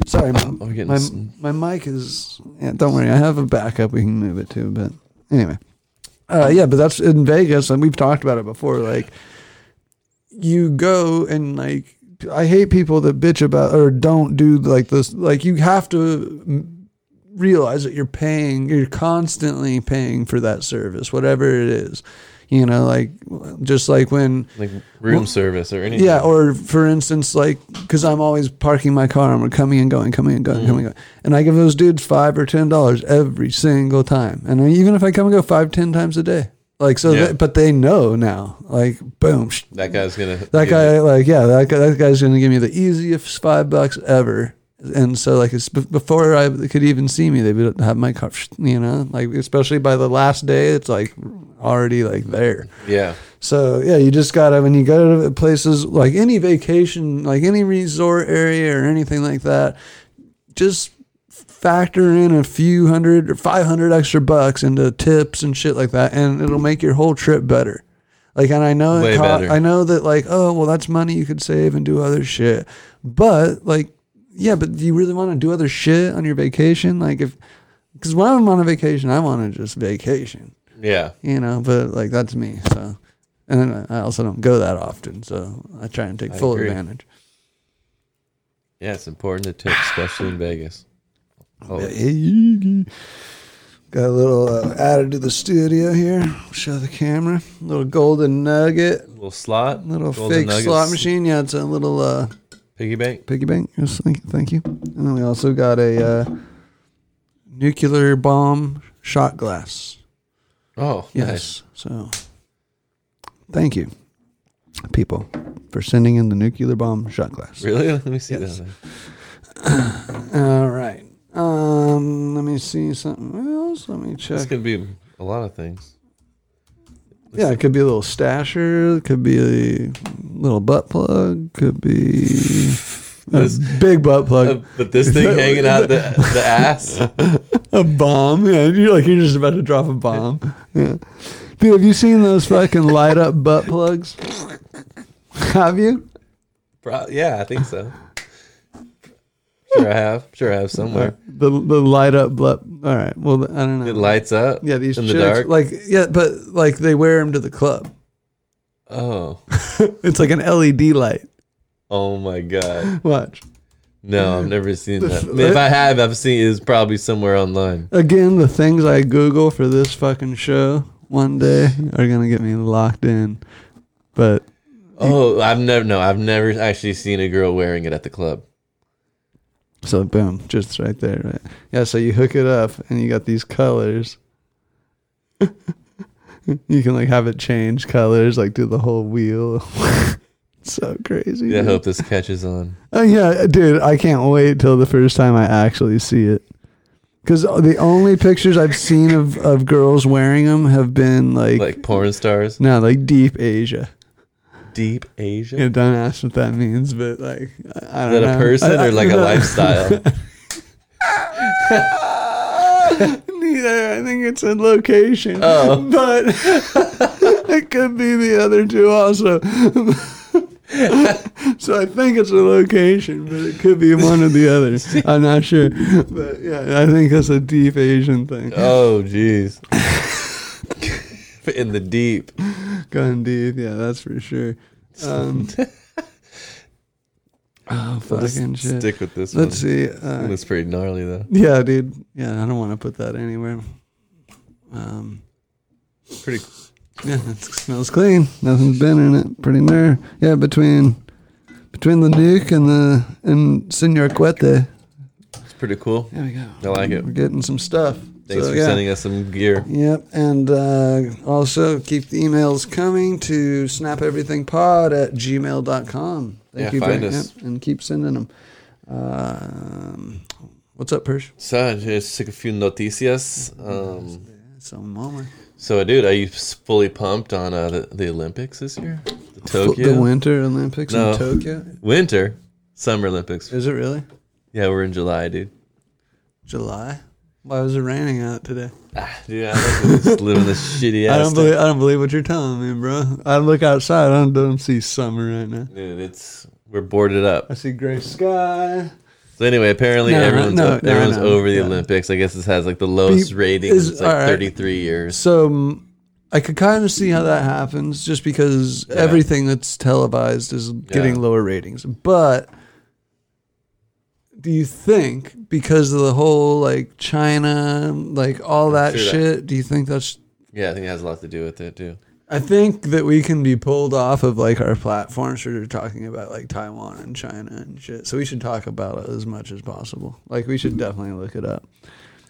Speaker 2: sorry, my,
Speaker 1: we're getting
Speaker 2: my,
Speaker 1: s-
Speaker 2: my mic is. Yeah, don't worry, I have a backup. We can move it to. But anyway, uh, yeah. But that's in Vegas, and we've talked about it before. Like, you go and like. I hate people that bitch about or don't do like this. Like you have to realize that you're paying, you're constantly paying for that service, whatever it is. You know, like just like when,
Speaker 1: like room service or anything.
Speaker 2: yeah, or for instance, like because I'm always parking my car, I'm coming and going, coming and going, coming and going, and I give those dudes five or ten dollars every single time, and I- even if I come and go five, ten times a day, like so,
Speaker 1: Yeah.
Speaker 2: they, but they know now, like boom, sh-
Speaker 1: that guy's gonna
Speaker 2: that
Speaker 1: give
Speaker 2: guy,
Speaker 1: you-
Speaker 2: like, yeah, that guy, that guy's gonna give me the easiest five bucks ever. And so, like, it's be- before I could even see me, they would have my cup, you know, like, especially by the last day, it's like already like there.
Speaker 1: Yeah,
Speaker 2: So yeah, you just gotta when you go to places like any vacation, like any resort area or anything like that, just factor in a few hundred or five hundred extra bucks into tips and shit like that, and it'll make your whole trip better. Like, and I know
Speaker 1: Way
Speaker 2: it co-
Speaker 1: better.
Speaker 2: I know that like oh well, that's money you could save and do other shit, but like yeah, but do you really want to do other shit on your vacation? Like if because when I'm on a vacation, I want to just vacation
Speaker 1: yeah.
Speaker 2: you know, but like that's me. So, and then I also don't go that often, so I try and take full
Speaker 1: agree.
Speaker 2: advantage.
Speaker 1: Yeah, it's important to tip, especially in Vegas. Oh,
Speaker 2: Got a little uh, added to the studio here. Show the camera. Little golden nugget,
Speaker 1: little slot,
Speaker 2: little
Speaker 1: golden
Speaker 2: fake
Speaker 1: nuggets,
Speaker 2: slot machine. Yeah, it's a little uh,
Speaker 1: piggy bank.
Speaker 2: piggy bank. Yes, thank, thank you. And then we also got a uh, nuclear bomb shot glass.
Speaker 1: Oh, nice.
Speaker 2: Yes. So, thank you, people, for sending in the nuclear bomb shot glass.
Speaker 1: Really? Let me see
Speaker 2: Yes.
Speaker 1: that.
Speaker 2: All right. Um, let me see something else. Let me
Speaker 1: This
Speaker 2: check.
Speaker 1: could be a lot of things.
Speaker 2: Yeah, it could be a little stasher. It could be a little butt plug. Could be a
Speaker 1: This-
Speaker 2: big butt
Speaker 1: Uh,
Speaker 2: plug.
Speaker 1: but this thing hanging out the, the ass.
Speaker 2: A bomb. Yeah, you're like you're just about to drop a bomb. Yeah. Dude, have you seen those fucking light up butt plugs? Have you?
Speaker 1: Pro- yeah, I think so. Sure, I have. Sure, I have somewhere.
Speaker 2: The the light up butt. All right. Well, I don't know.
Speaker 1: It lights up.
Speaker 2: yeah, these
Speaker 1: in
Speaker 2: chicks,
Speaker 1: the dark.
Speaker 2: like yeah, but like they wear them to the club.
Speaker 1: oh,
Speaker 2: It's like an LED light.
Speaker 1: oh my god!
Speaker 2: Watch.
Speaker 1: No, I've never seen that. I mean, if I have, I've seen it is probably somewhere online.
Speaker 2: Again, the things I Google for this fucking show one day are gonna get me locked in. But
Speaker 1: Oh, I've never. No, I've never actually seen a girl wearing it at the club.
Speaker 2: so boom, just right there, right? Yeah, so you hook it up and you got these colors. you can like have it change colors, like do the whole wheel. so crazy.
Speaker 1: I
Speaker 2: dude.
Speaker 1: hope this catches on.
Speaker 2: Oh, yeah, dude, I can't wait till the first time I actually see it. Because the only pictures I've seen of, of girls wearing them have been like,
Speaker 1: Like porn stars,
Speaker 2: no, like deep Asia.
Speaker 1: deep Asia.
Speaker 2: Yeah, don't ask what that means, but like, I, I
Speaker 1: Is
Speaker 2: don't
Speaker 1: that
Speaker 2: know.
Speaker 1: a person
Speaker 2: I- I-
Speaker 1: or like a
Speaker 2: no.
Speaker 1: lifestyle?
Speaker 2: Neither. I think it's a location.
Speaker 1: Oh.
Speaker 2: But it could be the other two also. so I think it's a location, but it could be one or the other. I'm not sure. But yeah, I think that's a deep Asian thing.
Speaker 1: oh, jeez. In the deep.
Speaker 2: Gone deep. Yeah, that's for sure. Um, oh,
Speaker 1: We'll just
Speaker 2: fucking shit.
Speaker 1: stick with this
Speaker 2: Let's
Speaker 1: one.
Speaker 2: see.
Speaker 1: I
Speaker 2: Uh,
Speaker 1: think That's pretty gnarly though.
Speaker 2: yeah, dude. Yeah, I don't want to put that anywhere. Um,
Speaker 1: Pretty.
Speaker 2: Yeah, it smells clean. Nothing's been in it. Pretty near. Yeah, between between the nuke and the and Senor Cuete.
Speaker 1: It's pretty cool.
Speaker 2: There we go.
Speaker 1: I like it.
Speaker 2: We're getting some stuff.
Speaker 1: Thanks
Speaker 2: So,
Speaker 1: for
Speaker 2: yeah.
Speaker 1: sending us some gear.
Speaker 2: Yep, and uh, also keep the emails coming to snapeverythingpod at gmail.com.
Speaker 1: Yeah,
Speaker 2: you.
Speaker 1: find
Speaker 2: Brent.
Speaker 1: us.
Speaker 2: Yep, and keep sending them. Um, what's up, Persh?
Speaker 1: So just took a few noticias. Um,
Speaker 2: So, mama.
Speaker 1: so, dude, are you s- fully pumped on uh, the, the Olympics this year? The Tokyo
Speaker 2: The Winter Olympics
Speaker 1: No.
Speaker 2: in Tokyo.
Speaker 1: winter, summer Olympics.
Speaker 2: Is it really?
Speaker 1: Yeah, we're in July, dude.
Speaker 2: July? Why was it raining out today?
Speaker 1: Ah, dude, I like just living this shitty ass.
Speaker 2: I don't
Speaker 1: time.
Speaker 2: believe I don't believe what you're telling me, bro. I look outside, I don't, don't see summer right now.
Speaker 1: Dude, it's we're boarded up.
Speaker 2: I see gray sky.
Speaker 1: So anyway, apparently
Speaker 2: No, no,
Speaker 1: everyone's
Speaker 2: no,
Speaker 1: up-
Speaker 2: no,
Speaker 1: everyone's
Speaker 2: no,
Speaker 1: over the
Speaker 2: yeah.
Speaker 1: Olympics. I guess this has like the lowest
Speaker 2: Be-
Speaker 1: rating
Speaker 2: is-
Speaker 1: in like
Speaker 2: all right.
Speaker 1: 33 years.
Speaker 2: So mm, I could kind of see how that happens, just because everything that's televised is getting
Speaker 1: Yeah.
Speaker 2: lower ratings. But do you think because of the whole like China, like all that
Speaker 1: Sure that-
Speaker 2: shit, do you think that's
Speaker 1: Yeah, I think it has a lot to do with it too.
Speaker 2: I think that we can be pulled off of like our platforms for talking about like Taiwan and China and shit. So we should talk about it as much as possible. Like we should definitely look it up.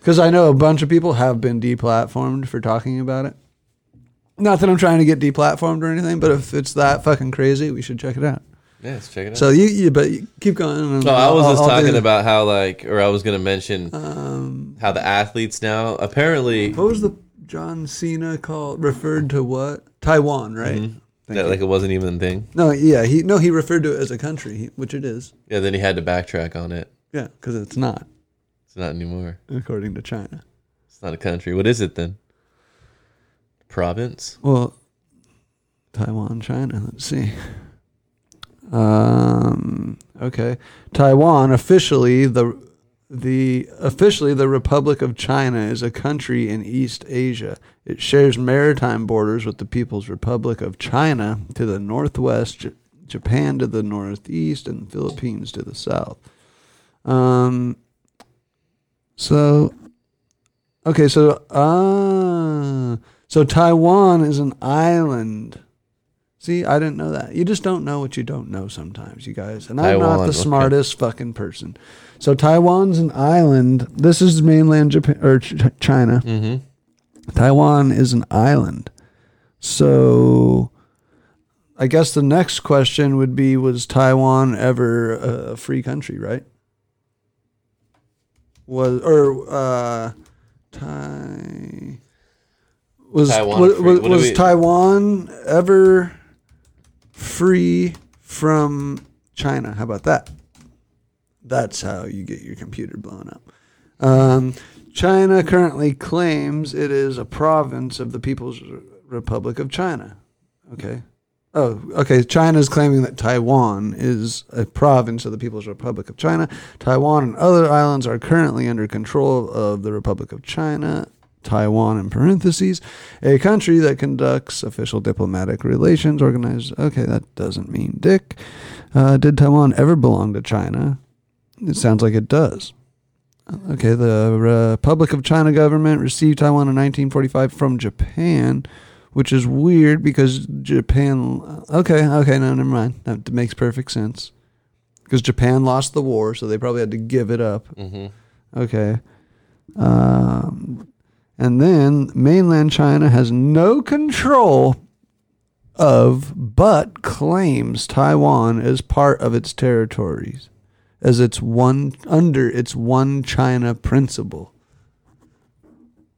Speaker 2: Cuz I know a bunch of people have been deplatformed for talking about it. Not that I'm trying to get deplatformed or anything, but if it's that fucking crazy, we should check it out.
Speaker 1: Yeah, let's check it out.
Speaker 2: So you, you but you keep going. and
Speaker 1: No, I was
Speaker 2: I'll-
Speaker 1: just
Speaker 2: I'll do
Speaker 1: talking
Speaker 2: the-
Speaker 1: about how like, or I was gonna mention how the athletes now apparently
Speaker 2: What was the John Cena called referred to what? Taiwan, right? Thank
Speaker 1: that
Speaker 2: you.
Speaker 1: Mm-hmm. like it wasn't even a thing.
Speaker 2: No, yeah, he no, he referred to it as a country, he- which it is.
Speaker 1: Yeah, then he had to backtrack on it.
Speaker 2: Yeah, because it's not,
Speaker 1: It's not anymore.
Speaker 2: according to China.
Speaker 1: It's not a country. What is it then? Province?
Speaker 2: Well, Taiwan, China. Let's see. Um. Okay, Taiwan officially the the officially the Republic of China is a country in East Asia. It shares maritime borders with the People's Republic of China to the northwest, J- Japan to the northeast, and the Philippines to the south. Um. So Okay, so ah, so Taiwan is an island. See, I didn't know that. You just don't know what you don't know sometimes, you guys. And I'm
Speaker 1: Taiwan,
Speaker 2: not the
Speaker 1: okay.
Speaker 2: smartest fucking person. So Taiwan's an island. This is mainland Japan or Ch- Ch- China.
Speaker 1: Mm-hmm.
Speaker 2: Taiwan is an island. So I guess the next question would be was Taiwan ever a free country, right? Was or uh Tai was
Speaker 1: Taiwan
Speaker 2: was,
Speaker 1: free-
Speaker 2: was,
Speaker 1: what do we-
Speaker 2: Taiwan ever free from China? How about that? That's how you get your computer blown up. Um, China currently claims it is a province of the People's Re- Republic of China. Okay. Oh, okay. China is claiming that Taiwan is a province of the People's Republic of China. Taiwan and other islands are currently under control of the Republic of China. Taiwan in parentheses, a country that conducts official diplomatic relations organized. Okay, that doesn't mean dick. Uh, did Taiwan ever belong to China? It sounds like it does. Okay, the Republic of China government received Taiwan in 1945 from Japan, which is weird because Japan. Okay, okay, no, never mind. That makes perfect sense. Because Japan lost the war, so they probably had to give it up.
Speaker 1: Mm-hmm.
Speaker 2: Okay. Um, and then mainland China has no control of, but claims Taiwan as part of its territories, as its one under its one China principle.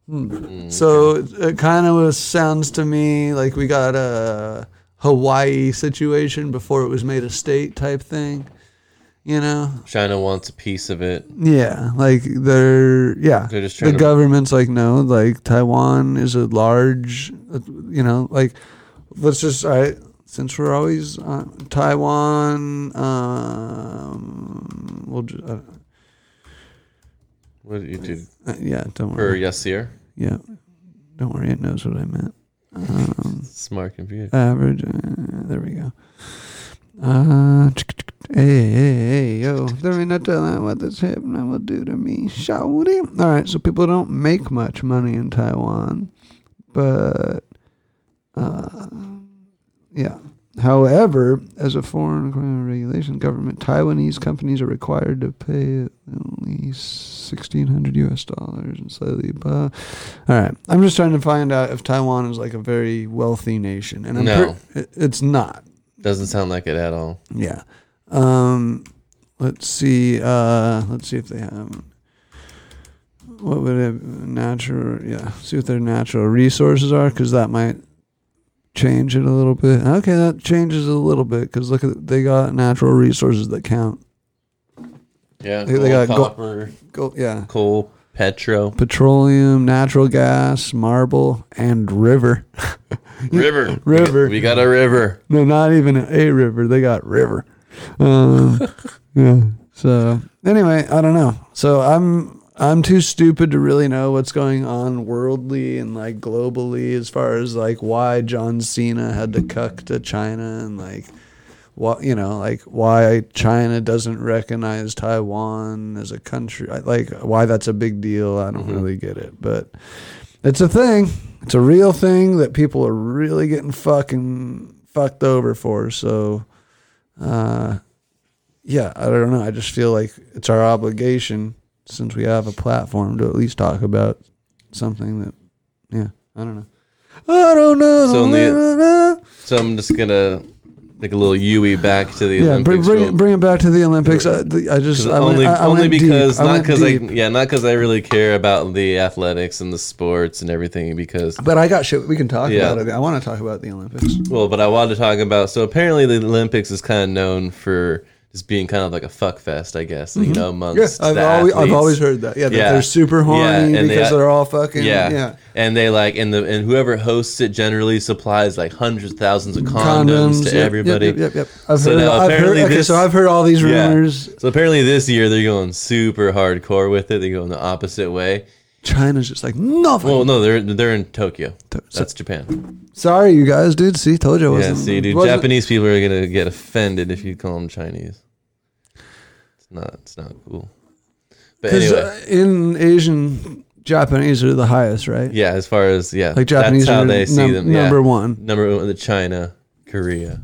Speaker 2: Hmm. So it, it kind of sounds to me like we got a Hawaii situation before it was made a state type thing. You know,
Speaker 1: China wants a piece of it.
Speaker 2: yeah, like they're yeah.
Speaker 1: They're just
Speaker 2: the
Speaker 1: trying to-
Speaker 2: government's like no, like Taiwan is a large, uh, you know, like let's just all right. Since we're always on Taiwan, um, we'll just uh,
Speaker 1: What did you do
Speaker 2: uh, yeah, don't
Speaker 1: for
Speaker 2: worry.
Speaker 1: Yasir?
Speaker 2: Yeah, don't worry. It knows what I meant. Um,
Speaker 1: Smart computer.
Speaker 2: average. Uh, there we go. Uh, hey, hey, hey, yo. Let me not tell them what this hypno will do to me. Shawty. All right, so people don't make much money in Taiwan, but uh, yeah. However, as a foreign criminal regulation government, Taiwanese companies are required to pay at least sixteen hundred U.S. dollars and slightly above. All right, I'm just trying to find out if Taiwan is like a very wealthy nation, and I'm
Speaker 1: No.
Speaker 2: pre- it- it's not.
Speaker 1: Doesn't sound like it at all.
Speaker 2: Yeah. Um, let's see. Uh, let's see if they have. What would it natural? Yeah, see what their natural resources are, because that might change it a little bit. Okay, that changes a little bit, because look at they got natural resources that count.
Speaker 1: Yeah,
Speaker 2: They- they
Speaker 1: gold,
Speaker 2: got gold-
Speaker 1: copper,
Speaker 2: Go, yeah,
Speaker 1: coal, petro,
Speaker 2: petroleum, natural gas, marble, and river.
Speaker 1: river,
Speaker 2: River.
Speaker 1: We got a river.
Speaker 2: No, not even a river. They got river. Um, yeah. So anyway, I don't know. So I'm I'm too stupid to really know what's going on worldly and like globally as far as like why John Cena had to cuck to China and like what you know like why China doesn't recognize Taiwan as a country I- like why that's a big deal. I don't really get it, but it's a thing. It's a real thing that people are really getting fucking fucked over for. So, uh, yeah, I don't know. I just feel like it's our obligation since we have a platform to at least talk about something that, yeah, I don't know. I don't know.
Speaker 1: So in the- So I'm just gonna take a little Yui back to the
Speaker 2: yeah, bring,
Speaker 1: Olympics.
Speaker 2: bring,
Speaker 1: real-
Speaker 2: it, bring it back to the Olympics. I, the- I just
Speaker 1: 'cause
Speaker 2: I
Speaker 1: only
Speaker 2: went, I, I
Speaker 1: only
Speaker 2: went deep.
Speaker 1: because
Speaker 2: I
Speaker 1: not
Speaker 2: went
Speaker 1: because I
Speaker 2: deep.
Speaker 1: yeah not because I really care about the athletics and the sports and everything because
Speaker 2: But I got shit. We can talk
Speaker 1: Yeah.
Speaker 2: about it. I want to talk about the Olympics.
Speaker 1: well but I wanted to talk about so apparently the Olympics is kind of known for just being kind of like a fuck fest I guess you know
Speaker 2: Mm-hmm. Yeah,
Speaker 1: amongst
Speaker 2: I've
Speaker 1: the
Speaker 2: always, I've
Speaker 1: athletes.
Speaker 2: always heard that. Yeah, that
Speaker 1: Yeah.
Speaker 2: they're super
Speaker 1: Yeah,
Speaker 2: horny
Speaker 1: and they-
Speaker 2: because they, are all fucking. Yeah,
Speaker 1: yeah. and they like and the and whoever hosts it generally supplies like hundreds of thousands of condoms,
Speaker 2: condoms
Speaker 1: to
Speaker 2: yep,
Speaker 1: everybody.
Speaker 2: Yep, yep, yep. I've
Speaker 1: So
Speaker 2: heard.
Speaker 1: now
Speaker 2: I've heard
Speaker 1: apparently
Speaker 2: okay,
Speaker 1: this-
Speaker 2: so I've heard all these
Speaker 1: Yeah.
Speaker 2: rumors.
Speaker 1: So apparently this year they're going super hardcore with it. They go in the opposite way.
Speaker 2: China's just like no.
Speaker 1: Well, no, they're they're in Tokyo.
Speaker 2: so-
Speaker 1: That's Japan.
Speaker 2: sorry, you guys, dude. See, told you I
Speaker 1: Yeah,
Speaker 2: wasn't.
Speaker 1: see, dude,
Speaker 2: wasn't-
Speaker 1: Japanese people are gonna get offended if you call them Chinese. It's not. It's not cool. But
Speaker 2: 'cause,
Speaker 1: anyway,
Speaker 2: uh, in Asian, Japanese are the highest, right?
Speaker 1: yeah. As far as yeah,
Speaker 2: Like Japanese
Speaker 1: that's how
Speaker 2: are
Speaker 1: they see
Speaker 2: num-
Speaker 1: them.
Speaker 2: number
Speaker 1: yeah.
Speaker 2: one.
Speaker 1: Number one, the China, Korea.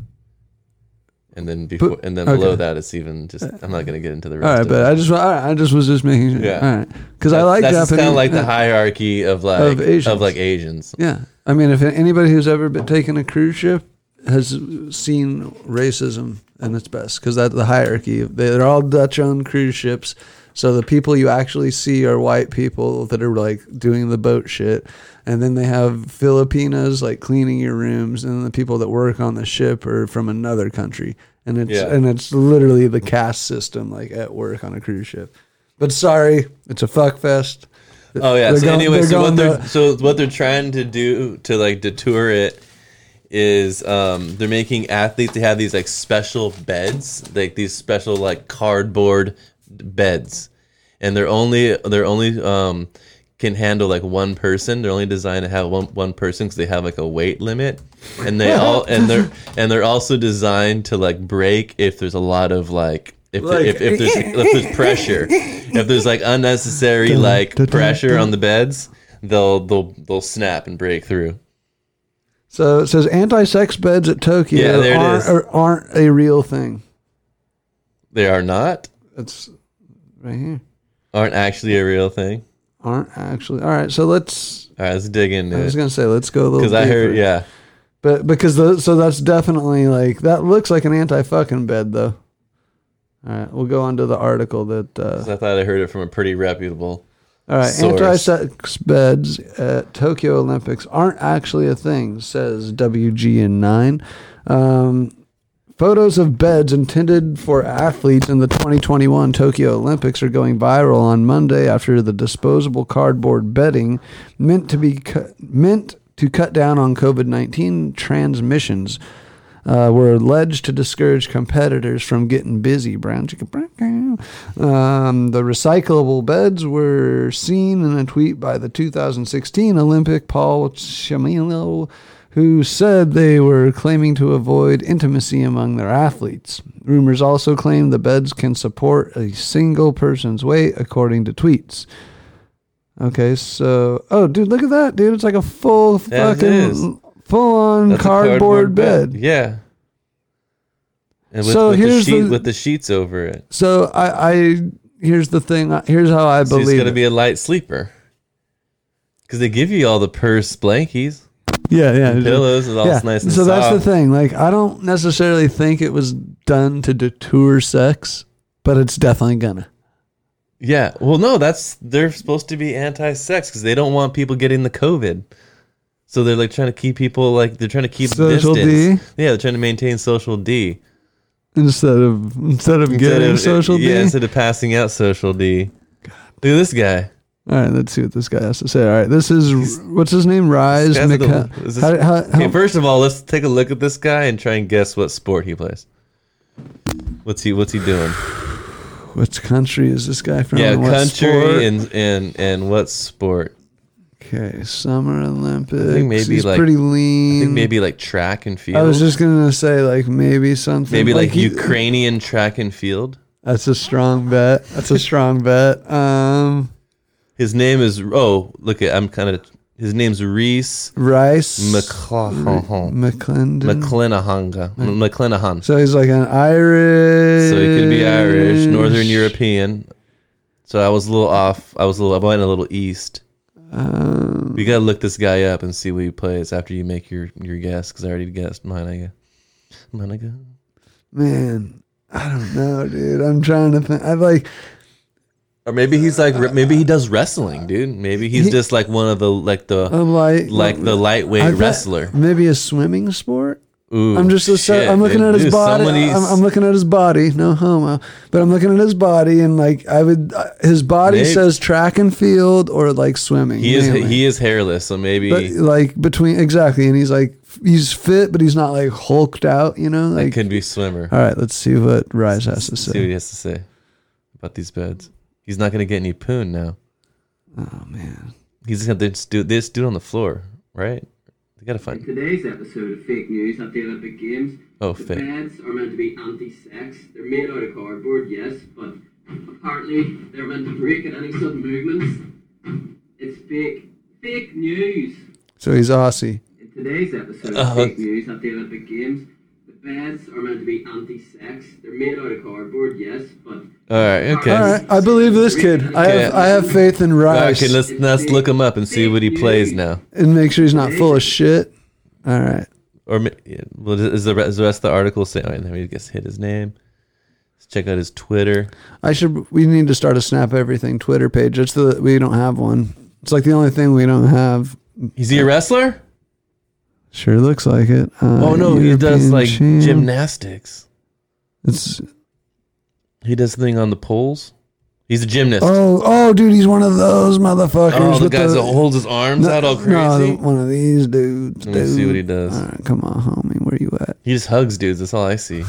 Speaker 1: And then before, and then
Speaker 2: okay.
Speaker 1: below that, it's even just. I'm not gonna get into the rest.
Speaker 2: All right,
Speaker 1: of
Speaker 2: but
Speaker 1: it.
Speaker 2: I just, all right, I just was just making. sure.
Speaker 1: Yeah.
Speaker 2: All right, because I like
Speaker 1: that's
Speaker 2: Japanese. uh,
Speaker 1: kind of like the hierarchy of like
Speaker 2: Of
Speaker 1: of,
Speaker 2: Asians.
Speaker 1: like Asians.
Speaker 2: Yeah, I mean, if anybody who's ever been taken a cruise ship has seen racism in its best, because that the hierarchy they're all Dutch-owned cruise ships, so the people you actually see are white people that are like doing the boat shit, and then they have Filipinas like cleaning your rooms, and the people that work on the ship are from another country, and it's
Speaker 1: Yeah.
Speaker 2: and it's literally the caste system like at work on a cruise ship. But sorry, it's a fuck fest.
Speaker 1: Oh yeah.
Speaker 2: They're
Speaker 1: so
Speaker 2: going-
Speaker 1: anyway,
Speaker 2: they're
Speaker 1: so what
Speaker 2: going
Speaker 1: they're
Speaker 2: the-
Speaker 1: so what they're trying to do to like detour it is um, they're making athletes to have these like special beds, like these special like cardboard beds, and they're only they're only um, can handle like one person. They're only designed to have one one person because they have like a weight limit, and they all and they're and they're also designed to like break if there's a lot of like. If,
Speaker 2: Like-
Speaker 1: if, if, there's, if there's pressure, if there's like unnecessary
Speaker 2: Mm-hmm.
Speaker 1: like
Speaker 2: dun, dun,
Speaker 1: pressure
Speaker 2: dun.
Speaker 1: on the beds, they'll they'll they'll snap and break through.
Speaker 2: So it says anti-sex beds at Tokyo
Speaker 1: Yeah, there it
Speaker 2: aren't,
Speaker 1: is.
Speaker 2: are, aren't a real thing.
Speaker 1: They are not.
Speaker 2: It's right here.
Speaker 1: aren't actually a real thing.
Speaker 2: Aren't actually. All right, so let's.
Speaker 1: All right, let's dig into
Speaker 2: I was
Speaker 1: it
Speaker 2: gonna say let's go a little.
Speaker 1: because I heard
Speaker 2: deeper.
Speaker 1: yeah.
Speaker 2: But because the so that's definitely like that looks like an anti fucking bed though. All right, we'll go on to the article that. Uh,
Speaker 1: 'Cause I thought I heard it from a pretty reputable.
Speaker 2: all right,
Speaker 1: source.
Speaker 2: anti-sex beds at Tokyo Olympics aren't actually a thing, says WGN nine. Um, photos of beds intended for athletes in the 2021 Tokyo Olympics are going viral on Monday after the disposable cardboard bedding meant to be cut, meant to cut down on COVID-19 transmissions uh, were alleged to discourage competitors from getting busy. Brown chicken. brown cow. Um, the recyclable beds were seen in a tweet by the 2016 Olympic Paul Chamilo, who said they were claiming to avoid intimacy among their athletes. Rumors also claim the beds can support a single person's weight, according to tweets. Okay, so oh, dude, look at that, dude! It's like a full
Speaker 1: Yeah, it is.
Speaker 2: fucking full on
Speaker 1: That's a
Speaker 2: cardboard, bed.
Speaker 1: Yeah. And with,
Speaker 2: So
Speaker 1: with
Speaker 2: here's
Speaker 1: the sheet
Speaker 2: the-
Speaker 1: with the sheets over it.
Speaker 2: So I, I here's the thing. Here's how I
Speaker 1: So he's
Speaker 2: believe.
Speaker 1: gonna
Speaker 2: it.
Speaker 1: be a light sleeper. Because they give you all the purse blankies,
Speaker 2: yeah, yeah,
Speaker 1: pillows, and all
Speaker 2: yeah.
Speaker 1: this nice. And
Speaker 2: so that's the
Speaker 1: soft.
Speaker 2: thing. Like I don't necessarily think it was done to deter sex, but it's definitely gonna.
Speaker 1: Yeah. Well, no, that's they're supposed to be anti-sex because they don't want people getting the COVID. So they're like trying to keep people like they're trying to keep
Speaker 2: Social
Speaker 1: distance. Yeah, they're trying to maintain social D.
Speaker 2: Instead of instead of
Speaker 1: Instead
Speaker 2: getting
Speaker 1: of-
Speaker 2: social D.
Speaker 1: Yeah, instead of passing out social D. Look at this guy.
Speaker 2: All right, let's see what this guy has to say. All right, this is what's his name? Rise
Speaker 1: Guys are the-
Speaker 2: McCall.
Speaker 1: is this-
Speaker 2: How, how, how,
Speaker 1: okay, first of all, let's take a look at this guy and try and guess what sport he plays. What's he What's he doing?
Speaker 2: which country is this guy from?
Speaker 1: yeah,
Speaker 2: What
Speaker 1: country
Speaker 2: sport?
Speaker 1: and and and what sport?
Speaker 2: okay, Summer Olympics.
Speaker 1: maybe,
Speaker 2: He's
Speaker 1: like-
Speaker 2: pretty
Speaker 1: I
Speaker 2: lean.
Speaker 1: think maybe like track and field.
Speaker 2: Mm. I was just gonna say like maybe something
Speaker 1: maybe like,
Speaker 2: he-
Speaker 1: Ukrainian track and field.
Speaker 2: That's a strong bet. That's a strong bet. Um,
Speaker 1: His name is oh look at I'm kind of his name's Reese
Speaker 2: Rice
Speaker 1: McClanahan
Speaker 2: McClendon.
Speaker 1: McClenahanga McClenahan.
Speaker 2: so he's like an Irish.
Speaker 1: So he could be Irish, Northern European. So I was a little off. I was a little I went a little east.
Speaker 2: Um,
Speaker 1: We gotta look this guy up and see what he plays after you make your your guess because I already guessed mine. I guess mine. I guess.
Speaker 2: man, I don't know, dude. I'm trying to think. I like.
Speaker 1: Or maybe he's like re- maybe he does wrestling, dude. Maybe he's
Speaker 2: He-
Speaker 1: just like one of the like the
Speaker 2: I'm like.
Speaker 1: like the lightweight
Speaker 2: I bet-
Speaker 1: wrestler.
Speaker 2: Maybe a swimming sport.
Speaker 1: Ooh,
Speaker 2: I'm just. so
Speaker 1: shit,
Speaker 2: I'm looking
Speaker 1: dude.
Speaker 2: at his
Speaker 1: Dude,
Speaker 2: body.
Speaker 1: somebody's-
Speaker 2: I'm, I'm looking at his body. No homo. But I'm looking at his body, and like I would. Uh, his body
Speaker 1: Maybe-
Speaker 2: says track and field or like swimming.
Speaker 1: he is
Speaker 2: mainly.
Speaker 1: he is hairless, so maybe
Speaker 2: But like between exactly, and he's like he's fit, but he's not like hulked out, you know.
Speaker 1: it
Speaker 2: Like,
Speaker 1: could be swimmer.
Speaker 2: all right, let's see what Rise has to
Speaker 1: See what
Speaker 2: say.
Speaker 1: he has to say about these beds. He's not gonna get any poon now.
Speaker 2: Oh man,
Speaker 1: He's just gonna just do this dude on the floor, right? They gotta
Speaker 3: In
Speaker 1: find.
Speaker 3: today's episode of Fake News at the Olympic Games,
Speaker 1: Oh,
Speaker 3: the
Speaker 1: fake.
Speaker 3: beds are meant to be anti-sex. They're made out of cardboard, yes, but apparently they're meant to break at any sudden movements. It's fake. Fake news.
Speaker 2: so he's Aussie.
Speaker 3: In today's episode
Speaker 1: Uh-huh.
Speaker 3: of Fake News at the Olympic Games, the beds are meant to be anti-sex. They're made out of cardboard, yes, but
Speaker 1: All right, okay.
Speaker 2: All right, I believe this kid. I have
Speaker 1: Okay.
Speaker 2: I have faith in Rise,
Speaker 1: Okay, let's let's look him up and see what he plays now.
Speaker 2: and make sure he's not full of shit. All right,
Speaker 1: Or ma- yeah, well, is the re- is the rest of the article saying? All right, then we just hit his name. Let's check out his Twitter.
Speaker 2: I should. We need to start a Snap Everything Twitter page. It's the we don't have one. It's like the only thing we don't have.
Speaker 1: Is he a
Speaker 2: Uh,
Speaker 1: wrestler?
Speaker 2: Sure looks like it. Uh,
Speaker 1: Oh no, he does
Speaker 2: European
Speaker 1: like
Speaker 2: champ.
Speaker 1: gymnastics.
Speaker 2: It's
Speaker 1: He does something on the poles. He's a gymnast. Oh,
Speaker 2: oh oh dude, he's one of those motherfuckers.
Speaker 1: the
Speaker 2: with
Speaker 1: guy that holds his arms out all crazy.
Speaker 2: one of these dudes.
Speaker 1: Let me see
Speaker 2: dude.
Speaker 1: what he does.
Speaker 2: All right, come on, homie, where you at?
Speaker 1: He just hugs dudes. That's all I see.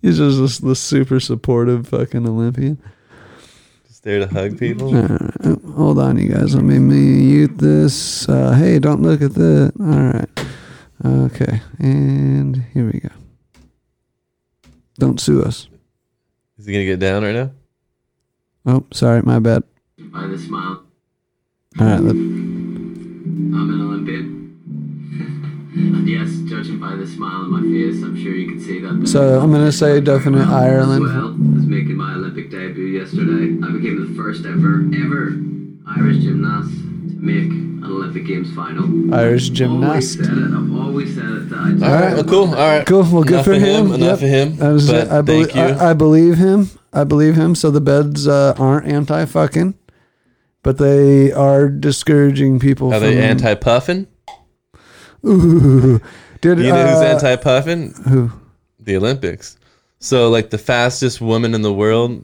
Speaker 2: He's just this, this super supportive fucking Olympian.
Speaker 1: Just there to hug people.
Speaker 2: All right, oh, hold on, you guys. Let me mute this. Uh, hey, don't look at that. All right. Okay, and here we go. Don't sue us.
Speaker 1: Is he gonna get down right now?
Speaker 2: Oh, sorry, my bad.
Speaker 3: by the smile.
Speaker 2: All right, let,
Speaker 3: I'm an Olympian. and yes, judging by the smile on my face, I'm sure you can see that.
Speaker 2: so I'm gonna say definite Ireland.
Speaker 3: Well, I was making my Olympic debut yesterday. I became the first ever, ever Irish gymnast to make Olympic Games final.
Speaker 2: Irish
Speaker 3: Always
Speaker 2: gymnast.
Speaker 3: said it. I've always said it. I just-
Speaker 1: All right. Well, cool. All right.
Speaker 2: Cool. Well, good
Speaker 1: enough
Speaker 2: for
Speaker 1: of
Speaker 2: him.
Speaker 1: Enough
Speaker 2: Yep.
Speaker 1: of him.
Speaker 2: That was it.
Speaker 1: But
Speaker 2: I, belie-
Speaker 1: thank you.
Speaker 2: I, I believe him. I believe him. So the beds uh, aren't anti fucking, but they are discouraging people.
Speaker 1: Are they
Speaker 2: from-
Speaker 1: anti puffin?
Speaker 2: Ooh. Did
Speaker 1: You know who's
Speaker 2: uh,
Speaker 1: anti puffin? Who? The Olympics. So like the fastest woman in the world,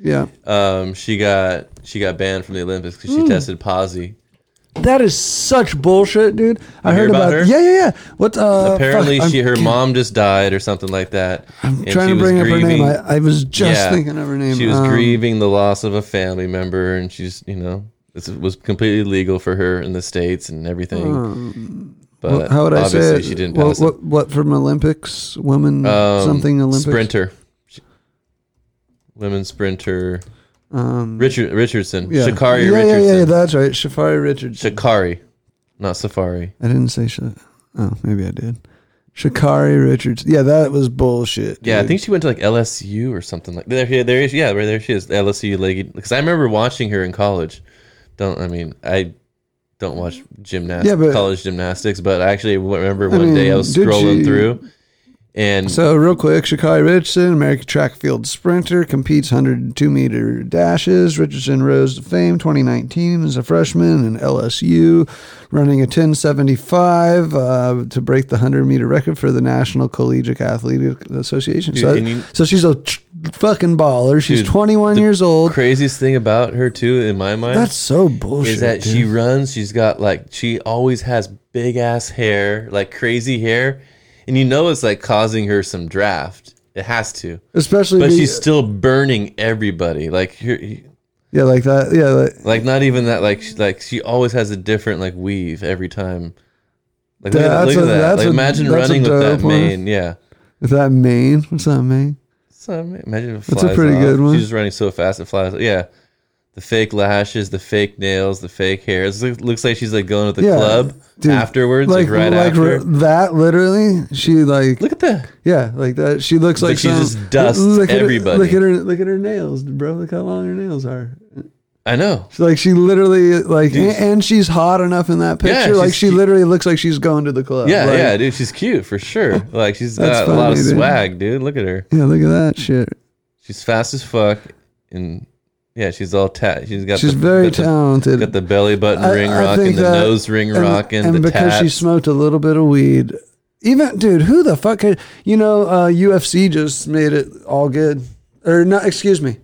Speaker 2: Yeah,
Speaker 1: um, she got she got banned from the Olympics because
Speaker 2: Hmm.
Speaker 1: she tested posse.
Speaker 2: that is such bullshit, dude. I
Speaker 1: hear
Speaker 2: heard
Speaker 1: about
Speaker 2: about.
Speaker 1: her?
Speaker 2: Yeah, yeah, yeah. What? Uh,
Speaker 1: Apparently,
Speaker 2: fuck, I'm
Speaker 1: she her mom just died or something like that. I'm
Speaker 2: trying to bring up her name. I, I was just
Speaker 1: Yeah.
Speaker 2: thinking of her name.
Speaker 1: She was
Speaker 2: Um,
Speaker 1: grieving the loss of a family member, and she's you know this was completely legal for her in the states and everything. but
Speaker 2: Well, Um, how would I say
Speaker 1: obviously
Speaker 2: it?
Speaker 1: she didn't
Speaker 2: What-
Speaker 1: pass
Speaker 2: what, What, from Olympics? Women
Speaker 1: it. Um,
Speaker 2: something Olympics.
Speaker 1: sprinter, She- women sprinter.
Speaker 2: Um,
Speaker 1: Richard Richardson,
Speaker 2: yeah.
Speaker 1: Shakari
Speaker 2: yeah,
Speaker 1: Richardson,
Speaker 2: Yeah, yeah, yeah, that's right. Shafari Richardson.
Speaker 1: Shakari, not Safari.
Speaker 2: I didn't say Sha. Oh, maybe I did. Shakari Richards. Yeah, that was bullshit.
Speaker 1: Yeah, I
Speaker 2: dude.
Speaker 1: think she went to like LSU or something like there. Here, there is. Yeah, right there she is. LSU legged. Because I remember watching her in college. Don't I mean I don't watch gymnastics,
Speaker 2: Yeah, but-
Speaker 1: college gymnastics, but I actually remember one day I
Speaker 2: mean,
Speaker 1: was
Speaker 2: did
Speaker 1: scrolling
Speaker 2: she-
Speaker 1: through, and
Speaker 2: So real quick, Shakari Richardson, American track field sprinter, competes 102 meter dashes. Richardson rose to fame 2019 as a freshman in LSU, running a 1075 uh, to break the 100 meter record for the National Collegiate Athletic Association.
Speaker 1: Dude,
Speaker 2: so,
Speaker 1: can you-
Speaker 2: so she's a tr- fucking baller. She's
Speaker 1: Dude,
Speaker 2: 21
Speaker 1: the
Speaker 2: years old.
Speaker 1: craziest thing about her too, in my mind,
Speaker 2: That's so bullshit.
Speaker 1: is that
Speaker 2: dude.
Speaker 1: she runs. She's got like she always has big ass hair, like crazy hair, and you know it's like causing her some draft. It has to,
Speaker 2: especially
Speaker 1: but
Speaker 2: the-
Speaker 1: she's still burning everybody. Like here.
Speaker 2: yeah, like that. Yeah, like,
Speaker 1: Like not even that. Like she, like she always has a different like weave every time. Like look, at,
Speaker 2: That's
Speaker 1: look at
Speaker 2: a-
Speaker 1: that.
Speaker 2: that's
Speaker 1: Like
Speaker 2: a-
Speaker 1: imagine
Speaker 2: that's a
Speaker 1: running with that
Speaker 2: dope one.
Speaker 1: mane. Yeah.
Speaker 2: is that Maine? What's that Maine?
Speaker 1: So I mean, imagine if it
Speaker 2: That's
Speaker 1: flies
Speaker 2: a pretty
Speaker 1: off.
Speaker 2: good one.
Speaker 1: She's just running so fast it flies. Yeah. The fake lashes, the fake nails, the fake hair. It looks- looks like she's like going to the
Speaker 2: Yeah,
Speaker 1: club
Speaker 2: dude.
Speaker 1: afterwards, like, right after.
Speaker 2: re- that literally she like
Speaker 1: look at that.
Speaker 2: yeah like that she looks
Speaker 1: Like
Speaker 2: like,
Speaker 1: she
Speaker 2: some-
Speaker 1: just dusts
Speaker 2: look
Speaker 1: everybody.
Speaker 2: at her, look at her look at her nails bro look how long her nails are
Speaker 1: I know.
Speaker 2: She's like she literally like
Speaker 1: Dude.
Speaker 2: and, and she's hot enough in that
Speaker 1: Yeah,
Speaker 2: picture like
Speaker 1: she's
Speaker 2: she
Speaker 1: cute.
Speaker 2: literally looks like she's going to the club
Speaker 1: Yeah,
Speaker 2: like,
Speaker 1: yeah, dude. She's cute for sure. Like she's
Speaker 2: That's
Speaker 1: got a lot of
Speaker 2: funny, dude.
Speaker 1: swag, dude. Look at her.
Speaker 2: yeah look at that shit
Speaker 1: She's fast as fuck, and yeah, she's all tat. She's got.
Speaker 2: she's
Speaker 1: the-
Speaker 2: very
Speaker 1: got the-
Speaker 2: talented
Speaker 1: Got the belly button
Speaker 2: I-
Speaker 1: ring
Speaker 2: I
Speaker 1: rocking,
Speaker 2: think
Speaker 1: the
Speaker 2: that-
Speaker 1: nose ring
Speaker 2: and-
Speaker 1: rocking,
Speaker 2: and
Speaker 1: the
Speaker 2: because
Speaker 1: tat.
Speaker 2: she smoked a little bit of weed. Even dude, who the fuck? Could, you know, uh, UFC just made it all good, or not? Excuse me,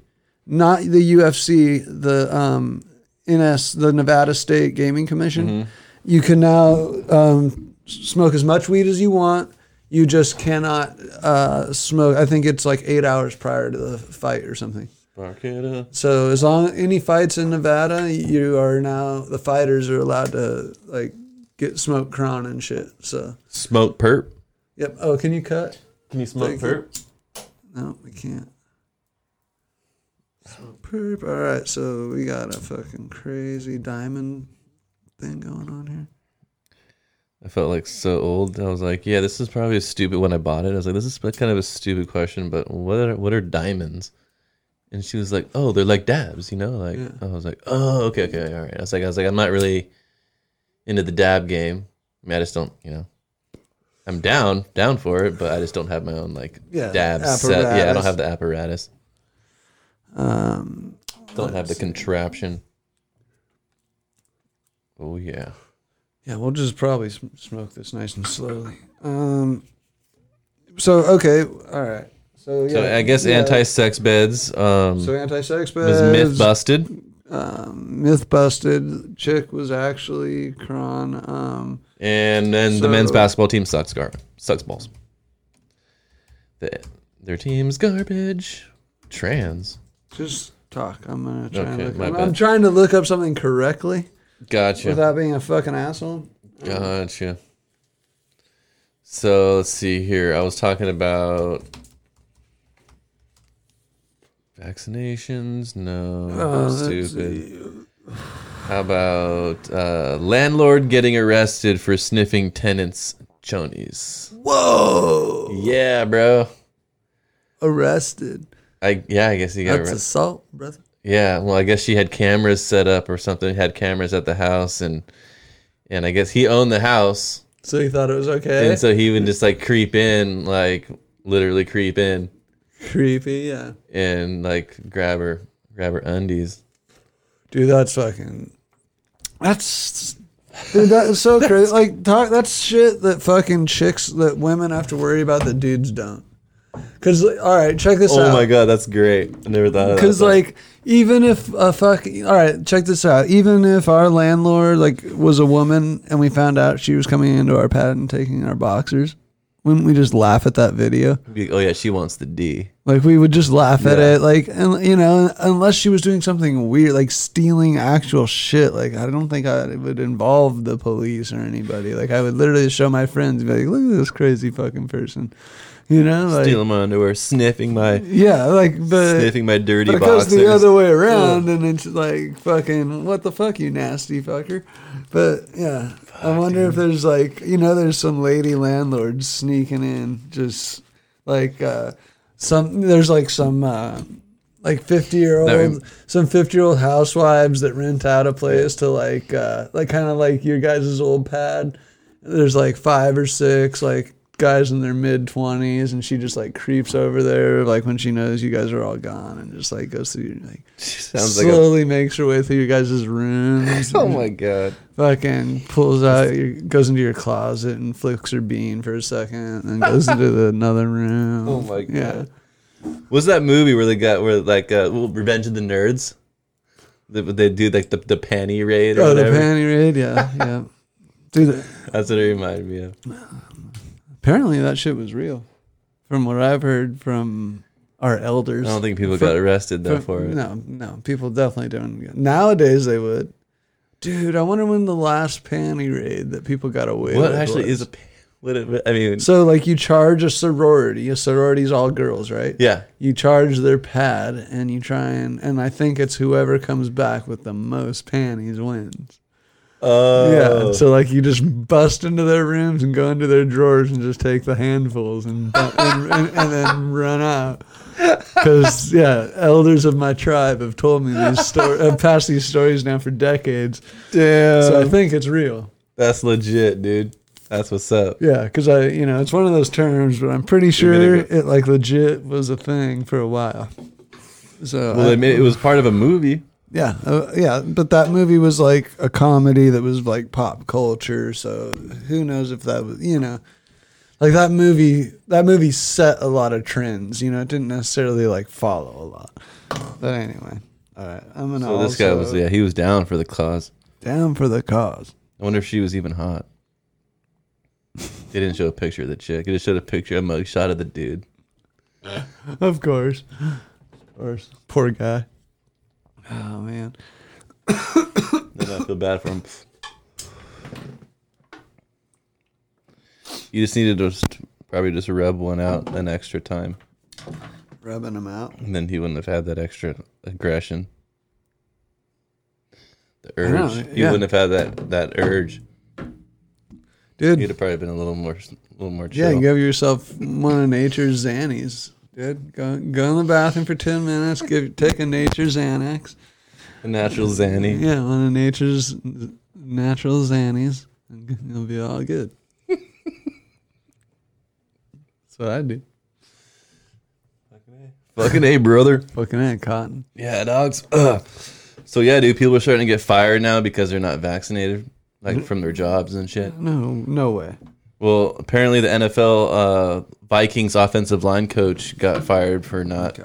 Speaker 2: not the UFC, the um, NS, the Nevada State Gaming Commission. You can now um, s- smoke as much weed as you want. You just cannot uh, smoke. I think it's like eight hours prior to the fight or something.
Speaker 1: Mark it up.
Speaker 2: So as long any fights in Nevada, you are now the fighters are allowed to like get smoke crown and shit. So
Speaker 1: Smoke perp.
Speaker 2: yep. Oh, can you cut?
Speaker 1: Can you smoke
Speaker 2: Thank you.
Speaker 1: perp?
Speaker 2: No, we can't. Smoke perp. All right, so we got a fucking crazy diamond thing going on here.
Speaker 1: I felt like so old. I was like, yeah, this is probably a stupid when I bought it. I was like, this is kind of a stupid question, but what are what are diamonds? And she was like, oh, they're like dabs, you know. Like
Speaker 2: Yeah.
Speaker 1: I was like, oh, okay, okay, all right. I was like, I was like, I'm not really into the dab game. I mean, I just don't, you know. I'm down, down for it, but I just don't have my own like
Speaker 2: Yeah,
Speaker 1: dab set. Yeah, I don't
Speaker 2: apparatus.
Speaker 1: have the apparatus.
Speaker 2: Um,
Speaker 1: Don't have the contraption. Oh yeah.
Speaker 2: yeah, we'll just probably sm- smoke this nice and slowly. Um, so okay, all right. So yeah,
Speaker 1: So I guess
Speaker 2: yeah.
Speaker 1: anti-sex beds um,
Speaker 2: So anti-sex
Speaker 1: was myth
Speaker 2: beds.
Speaker 1: busted.
Speaker 2: um, myth busted chick was actually Kron. Um,
Speaker 1: And then the men's
Speaker 2: So-
Speaker 1: basketball team sucks gar- sucks balls. The, their team's garbage. Trans.
Speaker 2: just talk. I'm gonna try
Speaker 1: Okay,
Speaker 2: and
Speaker 1: my
Speaker 2: look. I'm,
Speaker 1: bad.
Speaker 2: I'm trying to look up something correctly
Speaker 1: Gotcha.
Speaker 2: without being a fucking asshole.
Speaker 1: Gotcha. So let's see here. I was talking about vaccinations. No, stupid. How about uh, landlord getting arrested for sniffing tenants' chonies?
Speaker 2: Whoa!
Speaker 1: Yeah, bro.
Speaker 2: Arrested.
Speaker 1: I yeah, I guess he got
Speaker 2: That's
Speaker 1: arrested.
Speaker 2: assault, brother.
Speaker 1: Yeah, well, I guess she had cameras set up or something. Had cameras at the house, and and I guess he owned the house,
Speaker 2: So he thought it was okay.
Speaker 1: and so he would just like creep in, like literally creep in,
Speaker 2: Creepy, yeah.
Speaker 1: and like grab her, grab her undies.
Speaker 2: Dude, that's fucking. That's. Dude, that's so crazy. Like, talk, that's shit that fucking chicks, that women have to worry about that dudes don't. Because, all right, check this out.
Speaker 1: Oh my god, that's great! I never thought of that.
Speaker 2: Because
Speaker 1: but-
Speaker 2: like even if a fucking all right, check this out. Even if our landlord like was a woman and we found out she was coming into our pad and taking our boxers, wouldn't we just laugh at that video?
Speaker 1: Be- oh yeah, she wants the D.
Speaker 2: Like we would just laugh at
Speaker 1: Yeah.
Speaker 2: it. Like and you know, unless she was doing something weird, like stealing actual shit. Like I don't think I it would involve the police or anybody. Like I would literally show my friends, and be like, look at this crazy fucking person. You know, like
Speaker 1: Stealing my underwear, sniffing my,
Speaker 2: yeah, like but
Speaker 1: sniffing my dirty
Speaker 2: but it
Speaker 1: boxers.
Speaker 2: goes the other way around, and it's like fucking what the fuck, you nasty fucker. But yeah, I wonder if there's like you know there's some lady landlords sneaking in, just like uh, some there's like some uh, like fifty year
Speaker 1: That rem-
Speaker 2: old some fifty year old housewives that rent out a place to like uh, like kind of like your guys' old pad. There's like five or six like guys in their mid twenties, and she just like creeps over there like when she knows you guys are all gone, and just like goes through like
Speaker 1: Sounds like a.
Speaker 2: slowly makes her way through your guys' rooms.
Speaker 1: Oh
Speaker 2: and
Speaker 1: my god.
Speaker 2: Fucking pulls out, your, goes into your closet and flicks her bean for a second, and goes into the, another room.
Speaker 1: Oh my god.
Speaker 2: Yeah.
Speaker 1: What's that movie where they got where like uh, well, Revenge of the Nerds? They, they do like the, the panty raid or
Speaker 2: Oh, the
Speaker 1: whatever.
Speaker 2: panty raid. Yeah, yeah. Dude,
Speaker 1: That's what it reminded me of.
Speaker 2: apparently that shit was real, from what I've heard from our elders.
Speaker 1: I don't think people got arrested though for it.
Speaker 2: No, no, people definitely don't. Nowadays they would. Dude, I wonder when the last panty raid that people got away
Speaker 1: What
Speaker 2: with
Speaker 1: actually
Speaker 2: was.
Speaker 1: is a pan- what? It, I mean,
Speaker 2: So like you charge a sorority. A sorority's all girls, right?
Speaker 1: yeah,
Speaker 2: You charge their pad and you try and and I think it's whoever comes back with the most panties wins.
Speaker 1: oh
Speaker 2: Yeah. So like you just bust into their rooms and go into their drawers and just take the handfuls and bu- and, and, and then run out. Because yeah, elders of my tribe have told me these stories. I've passed these stories down for decades,
Speaker 1: damn,
Speaker 2: so I think it's real.
Speaker 1: that's legit, dude. That's what's up.
Speaker 2: Yeah, because I, you know, it's one of those terms, but I'm pretty sure
Speaker 1: minute.
Speaker 2: it like legit was a thing for a while. So
Speaker 1: Well,
Speaker 2: I-
Speaker 1: I mean, it was part of a movie.
Speaker 2: yeah, uh, yeah, but that movie was like a comedy that was like pop culture. So who knows if that was, you know, like that movie. That movie set a lot of trends. You know, it didn't necessarily like follow a lot. But anyway, all right, I'm gonna.
Speaker 1: So this guy was
Speaker 2: also-
Speaker 1: yeah, he was down for the cause.
Speaker 2: down for the cause.
Speaker 1: I wonder if she was even hot. They didn't show a picture of the chick. They just showed a picture, a mugshot of the dude.
Speaker 2: Of course. Of course. Poor guy. Oh man.
Speaker 1: And I feel bad for him. You just needed to just probably just rub one out an extra time,
Speaker 2: rubbing them out.
Speaker 1: and then he wouldn't have had that extra aggression, the
Speaker 2: know,
Speaker 1: urge. He
Speaker 2: yeah.
Speaker 1: wouldn't have had that that urge. He'd
Speaker 2: Dude,
Speaker 1: have probably been a little more, a little more
Speaker 2: yeah,
Speaker 1: chill.
Speaker 2: give yourself one of nature's Xannies. Dude, go, go in the bathroom for 10 minutes, give take a nature's Xanax.
Speaker 1: a natural zanny.
Speaker 2: Yeah, one of nature's natural Xannies, and g- you'll be all good. That's what I do.
Speaker 1: Fucking a brother.
Speaker 2: Fucking at cotton.
Speaker 1: Yeah, dogs. Ugh. So yeah, dude, people are starting to get fired now because they're not vaccinated,
Speaker 2: Mm-hmm.
Speaker 1: like from their jobs and shit.
Speaker 2: No, no way.
Speaker 1: Well, apparently the NFL uh, Vikings offensive line coach got fired for not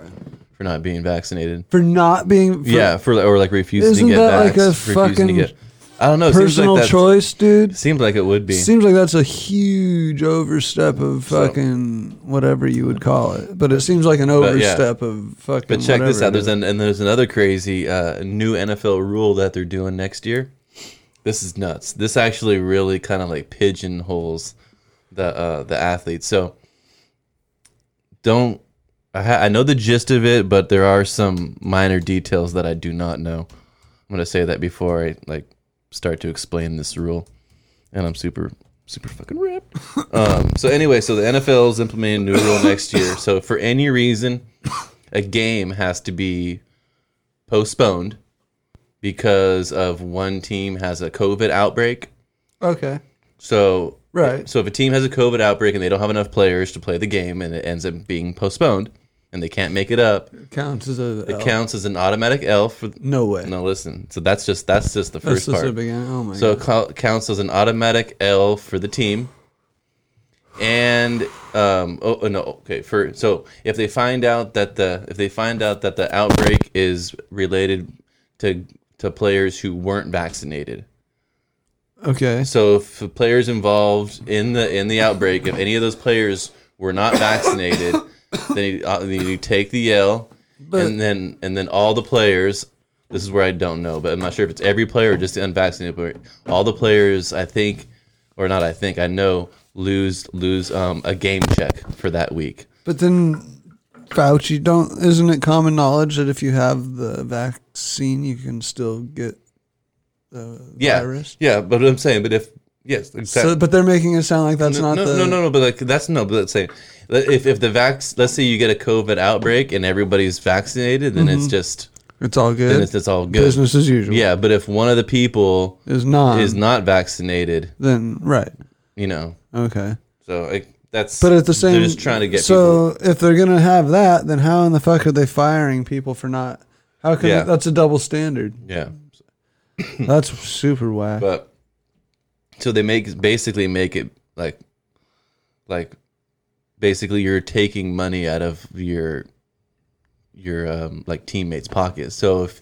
Speaker 1: for not being vaccinated.
Speaker 2: For not being for
Speaker 1: yeah, for or like refusing
Speaker 2: Isn't
Speaker 1: to get
Speaker 2: that like a
Speaker 1: vaxxed, refusing to
Speaker 2: fucking
Speaker 1: get. I don't know. it seems
Speaker 2: personal
Speaker 1: like that's-
Speaker 2: choice, dude.
Speaker 1: Seems like it would be.
Speaker 2: Seems like that's a huge overstep of fucking whatever you would call it, but it seems like an
Speaker 1: yeah.
Speaker 2: overstep of fucking.
Speaker 1: But check this out.
Speaker 2: whatever it is.
Speaker 1: There's an, and there's another crazy uh, new NFL rule that they're doing next year. This is nuts. This actually really kind of like pigeonholes the uh, the athletes. So don't. I, ha- I know the gist of it, but there are some minor details that I do not know. I'm gonna say that before I like start to explain this rule, and I'm super super fucking ripped. um, so anyway, so the NFL is implementing a new rule next year. So for any reason a game has to be postponed because of one team has a COVID outbreak
Speaker 2: Okay.
Speaker 1: So
Speaker 2: Right.
Speaker 1: So if a team has a COVID outbreak and they don't have enough players to play the game and it ends up being postponed and they can't make it up,
Speaker 2: It counts as a.
Speaker 1: it counts as an automatic L for
Speaker 2: No way.
Speaker 1: No, listen. So that's just that's just the first
Speaker 2: That's just the
Speaker 1: part.
Speaker 2: beginning. Oh my
Speaker 1: So
Speaker 2: god.
Speaker 1: it cou- counts as an automatic L for the team. And um oh, oh, no okay for so if they find out that the if they find out that the outbreak is related to to players who weren't vaccinated.
Speaker 2: Okay.
Speaker 1: So if the players involved in the in the outbreak if any of those players were not vaccinated, then you, uh, then you take the L
Speaker 2: But-
Speaker 1: and then and then all the players this is where I don't know, but I'm not sure if it's every player or just the unvaccinated player. All the players, I think, or not, I think I know lose lose um, a game check for that week.
Speaker 2: But then, Fauci, don't isn't it common knowledge that if you have the vaccine, you can still get the
Speaker 1: Yeah,
Speaker 2: virus?
Speaker 1: yeah. But I'm saying, but if yes, exactly.
Speaker 2: So, but they're making it sound like that's
Speaker 1: no,
Speaker 2: not
Speaker 1: no,
Speaker 2: the
Speaker 1: no, no, no, but like that's no, but let's say if if the vax, let's say you get a COVID outbreak and everybody's vaccinated, then
Speaker 2: Mm-hmm.
Speaker 1: it's just
Speaker 2: It's all
Speaker 1: then
Speaker 2: good.
Speaker 1: it's, it's all good.
Speaker 2: Business as usual.
Speaker 1: Yeah, but if one of the people
Speaker 2: is not
Speaker 1: is not vaccinated,
Speaker 2: then right.
Speaker 1: you know,
Speaker 2: Okay.
Speaker 1: so like that's
Speaker 2: But at the same,
Speaker 1: they're just trying to get people.
Speaker 2: So if they're gonna have that, then how in the fuck are they firing people for not? How can
Speaker 1: Yeah.
Speaker 2: that's a double standard?
Speaker 1: Yeah,
Speaker 2: That's super whack.
Speaker 1: but so they make basically make it like like basically you're taking money out of your your um, like teammates' pockets. So if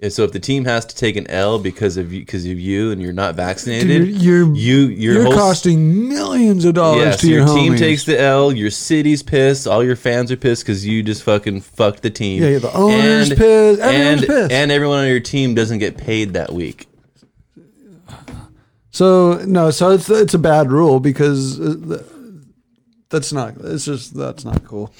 Speaker 1: and so if the team has to take an L because of you because of you and you're not vaccinated,
Speaker 2: Dude, you're-
Speaker 1: you your
Speaker 2: You're
Speaker 1: whole s-
Speaker 2: costing millions of dollars
Speaker 1: yeah,
Speaker 2: to
Speaker 1: so
Speaker 2: your,
Speaker 1: your, team
Speaker 2: homies.
Speaker 1: takes the L. Your city's pissed. All your fans are pissed because you just fucking fucked the team.
Speaker 2: Yeah, the owner's pissed, everyone's
Speaker 1: and,
Speaker 2: pissed.
Speaker 1: And everyone on your team doesn't get paid that week.
Speaker 2: So no, so it's it's a bad rule because uh, th- that's not. It's just that's not cool.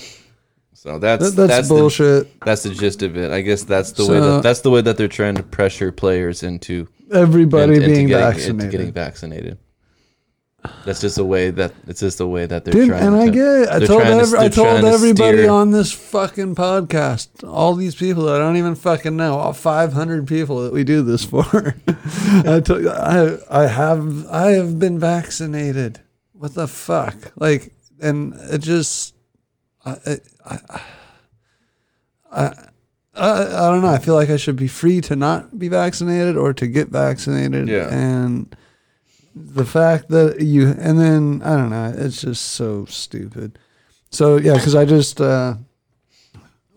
Speaker 1: So that's
Speaker 2: That, that's,
Speaker 1: that's the-
Speaker 2: bullshit.
Speaker 1: That's the gist of it. I guess that's the way
Speaker 2: So-
Speaker 1: that that's the way that they're trying to pressure players into
Speaker 2: Everybody
Speaker 1: into- into
Speaker 2: being
Speaker 1: getting, into
Speaker 2: vaccinated.
Speaker 1: getting vaccinated. That's just a way that it's just a way that they're
Speaker 2: Dude,
Speaker 1: trying.
Speaker 2: and I
Speaker 1: to-
Speaker 2: get. I
Speaker 1: they're
Speaker 2: told
Speaker 1: trying to-
Speaker 2: every, I
Speaker 1: they're trying
Speaker 2: told
Speaker 1: to
Speaker 2: everybody
Speaker 1: steer-
Speaker 2: on this fucking podcast, all these people that I don't even fucking know, all 500 people that we do this for. I told I I have I have been vaccinated. What the fuck? Like, and it just I I I. I, I, I don't know. I feel like I should be free to not be vaccinated or to get vaccinated.
Speaker 1: Yeah.
Speaker 2: And the fact that you and then I don't know, it's just so stupid. So yeah, because I just uh,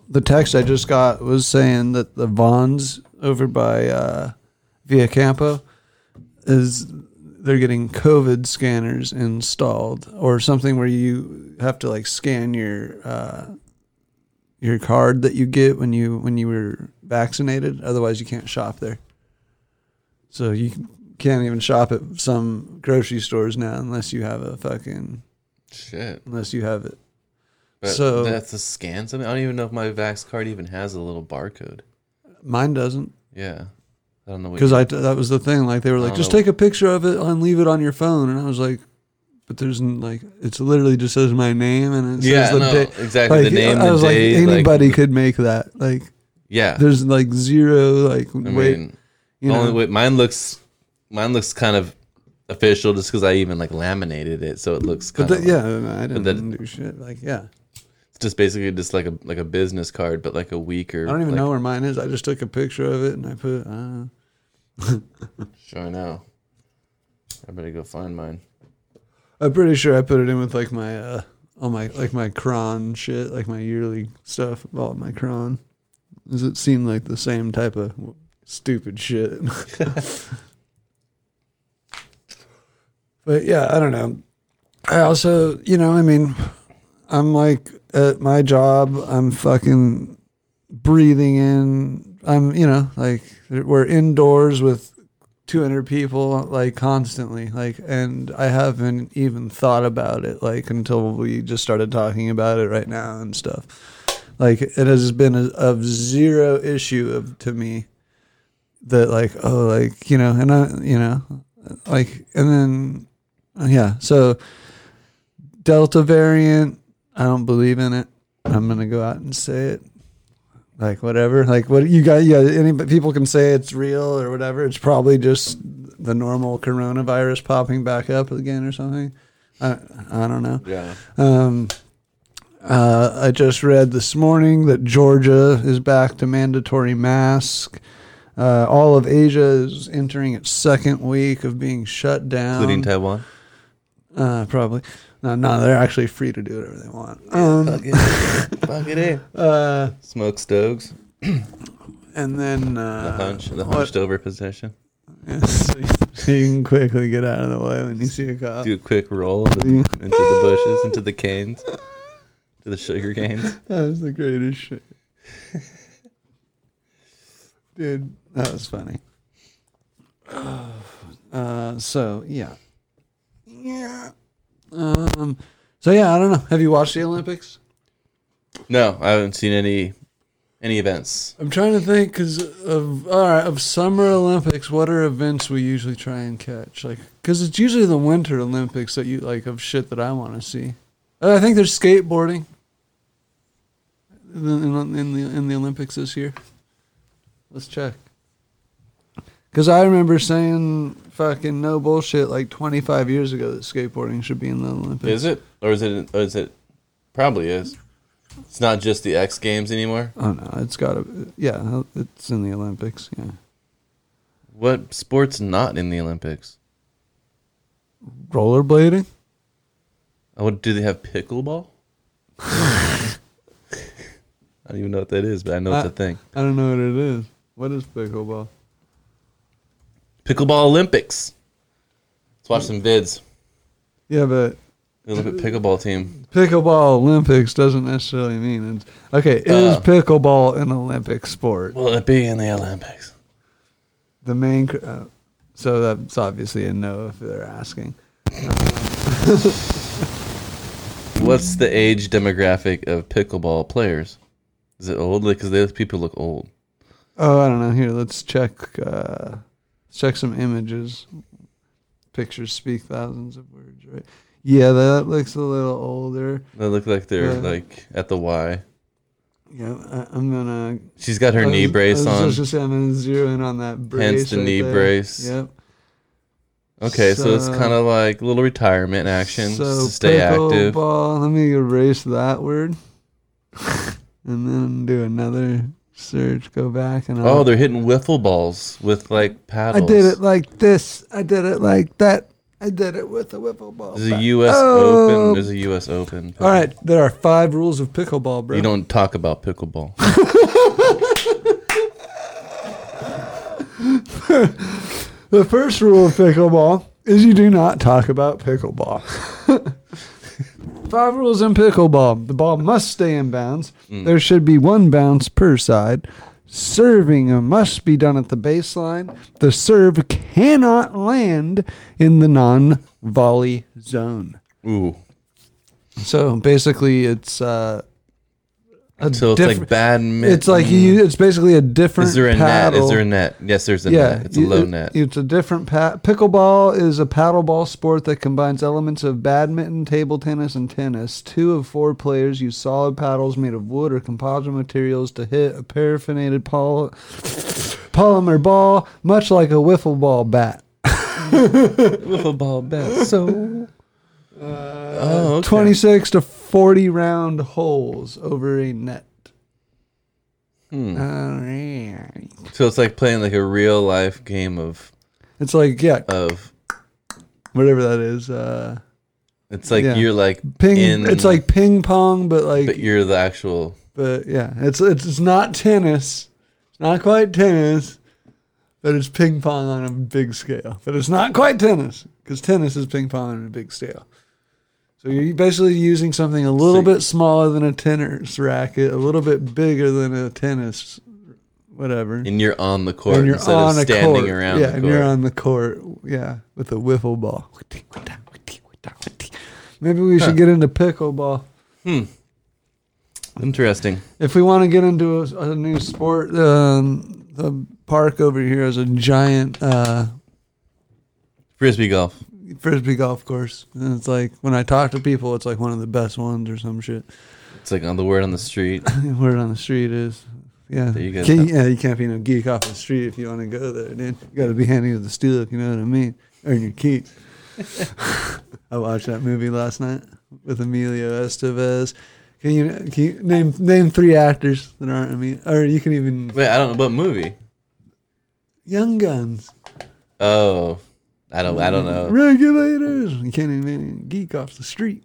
Speaker 2: the text I just got was saying that the Vons over by uh, Via Campo is they're getting COVID scanners installed or something where you have to like scan your uh, your card that you get when you when you were vaccinated. Otherwise, you can't shop there. So you can't even shop at some grocery stores now unless you have a fucking
Speaker 1: Shit.
Speaker 2: unless you have it.
Speaker 1: But
Speaker 2: So-
Speaker 1: that's a scan. Something. I don't even know if my vax card even has a little barcode.
Speaker 2: Mine doesn't
Speaker 1: Yeah. I don't know what.
Speaker 2: because I that was the thing. Like they were like,
Speaker 1: Oh.
Speaker 2: just take a picture of it and leave it on your phone. And I was like, but there's n- like it's literally just says my name and it says
Speaker 1: yeah.
Speaker 2: the
Speaker 1: no,
Speaker 2: day.
Speaker 1: exactly.
Speaker 2: Like,
Speaker 1: the name.
Speaker 2: I was
Speaker 1: the
Speaker 2: like,
Speaker 1: day, like-
Speaker 2: anybody could make that. Like
Speaker 1: Yeah.
Speaker 2: there's like zero like
Speaker 1: I
Speaker 2: wait.
Speaker 1: mean,
Speaker 2: you
Speaker 1: the only
Speaker 2: know.
Speaker 1: way mine looks, mine looks kind of official just because I even like laminated it, so it looks
Speaker 2: but
Speaker 1: kind
Speaker 2: the,
Speaker 1: of
Speaker 2: yeah, no, I didn't
Speaker 1: that-
Speaker 2: do shit. Like yeah,
Speaker 1: It's just basically just like a like a business card, but like a weaker.
Speaker 2: I don't even
Speaker 1: like,
Speaker 2: know where mine is. I just took a picture of it and I put. Uh,
Speaker 1: Sure, I know. I better go find mine.
Speaker 2: I'm pretty sure I put it in with like my uh all my like my cron shit, like my yearly stuff about my cron. Does it seem like the same type of stupid shit? but yeah, I don't know. I also, you know, I mean, I'm like at my job, I'm fucking breathing in. I'm, you know, like we're indoors with 200 people like constantly like and i haven't even thought about it like until we just started talking about it right now and stuff like it has been a, of zero issue of to me that like oh like you know and i you know like and then yeah so delta variant i don't believe in it i'm gonna go out and say it like whatever like what you got yeah any but people can say it's real or whatever it's probably just the normal coronavirus popping back up again or something. I, I don't know.
Speaker 1: Yeah.
Speaker 2: Um, uh, I just read this morning that Georgia is back to mandatory mask. Uh, all of Asia is entering its second week of being shut down.
Speaker 1: Including Taiwan.
Speaker 2: uh, probably. No, no, they're actually free to do whatever they want. Um,
Speaker 1: Fuck it. Fuck it in.
Speaker 2: uh,
Speaker 1: Smoke stoves.
Speaker 2: and then uh,
Speaker 1: The hunch. The
Speaker 2: what-
Speaker 1: hunched over possession.
Speaker 2: so you can quickly get out of the way when you see a cop.
Speaker 1: Do a quick roll into the, into the bushes, into the canes, to the sugar canes.
Speaker 2: That was the greatest shit. Dude, that was funny. Uh, so yeah. Yeah. Um so yeah, I don't know. Have you watched the Olympics?
Speaker 1: No, I haven't seen any any events.
Speaker 2: I'm trying to think cuz of all right, of summer Olympics, what are events we usually try and catch? Like cuz it's usually the winter Olympics that you like of shit that I want to see. Uh, I think there's skateboarding in the, in the- in the in the Olympics this year. Let's check. Cause I remember saying fucking no bullshit like 25 years ago that skateboarding should be in the Olympics.
Speaker 1: Is it or is it or is it? Probably is. It's not just the X Games anymore.
Speaker 2: Oh no, it's got to. Yeah, it's in the Olympics. Yeah,
Speaker 1: What sports not in the Olympics?
Speaker 2: rollerblading.
Speaker 1: Oh, what- do they have pickleball? I don't even know what that is, but I know it's a
Speaker 2: Uh,
Speaker 1: thing.
Speaker 2: I don't know what it is. What is pickleball?
Speaker 1: Pickleball Olympics. Let's watch some vids.
Speaker 2: Yeah, but
Speaker 1: Go look at pickleball team.
Speaker 2: pickleball Olympics doesn't necessarily mean it's okay. Is
Speaker 1: Uh.
Speaker 2: pickleball an Olympic sport?
Speaker 1: Will it be in the Olympics?
Speaker 2: The main. cr- Uh, so that's obviously a no if they're asking.
Speaker 1: What's the age demographic of pickleball players? Is it old? Because those people look old.
Speaker 2: Oh, I don't know. Here, let's check. Uh, let's check some images. Pictures speak thousands of words, right? Yeah, that looks a little older.
Speaker 1: They look like they're
Speaker 2: Yeah.
Speaker 1: like at the Y.
Speaker 2: Yeah, I, I'm gonna
Speaker 1: She's got her
Speaker 2: I
Speaker 1: knee
Speaker 2: was-
Speaker 1: brace
Speaker 2: I
Speaker 1: on.
Speaker 2: was just gonna say, I'm gonna zero in on that brace.
Speaker 1: the
Speaker 2: right
Speaker 1: knee
Speaker 2: there.
Speaker 1: brace.
Speaker 2: Yep.
Speaker 1: okay, so, it's
Speaker 2: so-
Speaker 1: kind of like a little retirement action. just to stay active.
Speaker 2: pickleball, Let me erase that word, and then do another search. Go back and
Speaker 1: Oh,
Speaker 2: I'll-
Speaker 1: they're hitting wiffle balls with like
Speaker 2: I
Speaker 1: paddles.
Speaker 2: did it like this. I did it like that. I did it with a whipple ball.
Speaker 1: There's a
Speaker 2: bat.
Speaker 1: U.S.
Speaker 2: Oh.
Speaker 1: Open. There's a U.S. Open.
Speaker 2: All right, there are five rules of pickleball, bro.
Speaker 1: You don't talk about pickleball.
Speaker 2: the first rule of pickleball is you do not talk about pickleball. Five rules in pickleball. The ball must stay in bounds.
Speaker 1: Hmm.
Speaker 2: There should be one bounce per side. Serving must be done at the baseline. The serve cannot land in the non volley zone.
Speaker 1: Ooh.
Speaker 2: So basically, it's uh, a
Speaker 1: So it's
Speaker 2: different-
Speaker 1: like badminton.
Speaker 2: it's like you. It's basically a different.
Speaker 1: Is there a net?
Speaker 2: paddle.
Speaker 1: Is there a net? Yes, there's a net. It's a
Speaker 2: you-
Speaker 1: low
Speaker 2: it-
Speaker 1: net.
Speaker 2: It's a different pa- pickleball is a paddleball sport that combines elements of badminton, table tennis, and tennis. Two of four players use solid paddles made of wood or composite materials to hit a paraffinated poly- polymer ball, much like a wiffle ball bat.
Speaker 1: wiffle ball bat. So. oh, okay.
Speaker 2: 26 to 40 round holes over a net.
Speaker 1: Hmm.
Speaker 2: All right.
Speaker 1: So it's like playing like a real life game of
Speaker 2: It's like yeah,
Speaker 1: of.
Speaker 2: whatever that is. Uh,
Speaker 1: It's like
Speaker 2: Yeah.
Speaker 1: you're like
Speaker 2: ping.
Speaker 1: in.
Speaker 2: it's like ping pong, but like
Speaker 1: But you're the actual.
Speaker 2: But yeah, it's it's it's not tennis. It's not quite tennis, but it's ping pong on a big scale. But it's not quite tennis because tennis is ping pong on a big scale. So you're basically using something a little
Speaker 1: So-
Speaker 2: bit smaller than a tennis racket, a little bit bigger than a tennis, whatever.
Speaker 1: And you're on the court
Speaker 2: and you're
Speaker 1: instead
Speaker 2: on
Speaker 1: of
Speaker 2: a
Speaker 1: standing
Speaker 2: court.
Speaker 1: around
Speaker 2: yeah,
Speaker 1: the
Speaker 2: and
Speaker 1: court.
Speaker 2: you're on the court. Yeah, with a wiffle ball. Maybe we should get into pickleball.
Speaker 1: Interesting.
Speaker 2: If we want to get into a, a new sport, um, the park over here is a giant uh,
Speaker 1: Frisbee golf.
Speaker 2: frisbee golf course, and it's like when I talk to people, it's like one of the best ones or some shit.
Speaker 1: It's like on the word on the street.
Speaker 2: Word on the street is Yeah.
Speaker 1: There you go.
Speaker 2: Can't- yeah, you can't be no geek off the street if you want to go there, dude. You got to be handy with the steel, if you know what I mean. Earn your keep. I watched that movie last night with Emilio Estevez. Can you, can you name name three actors that aren't Emilio? Or you can even
Speaker 1: Wait, I don't know what movie.
Speaker 2: Young Guns,
Speaker 1: Oh, I don't. I don't know.
Speaker 2: Regulators. You can't even geek off the street.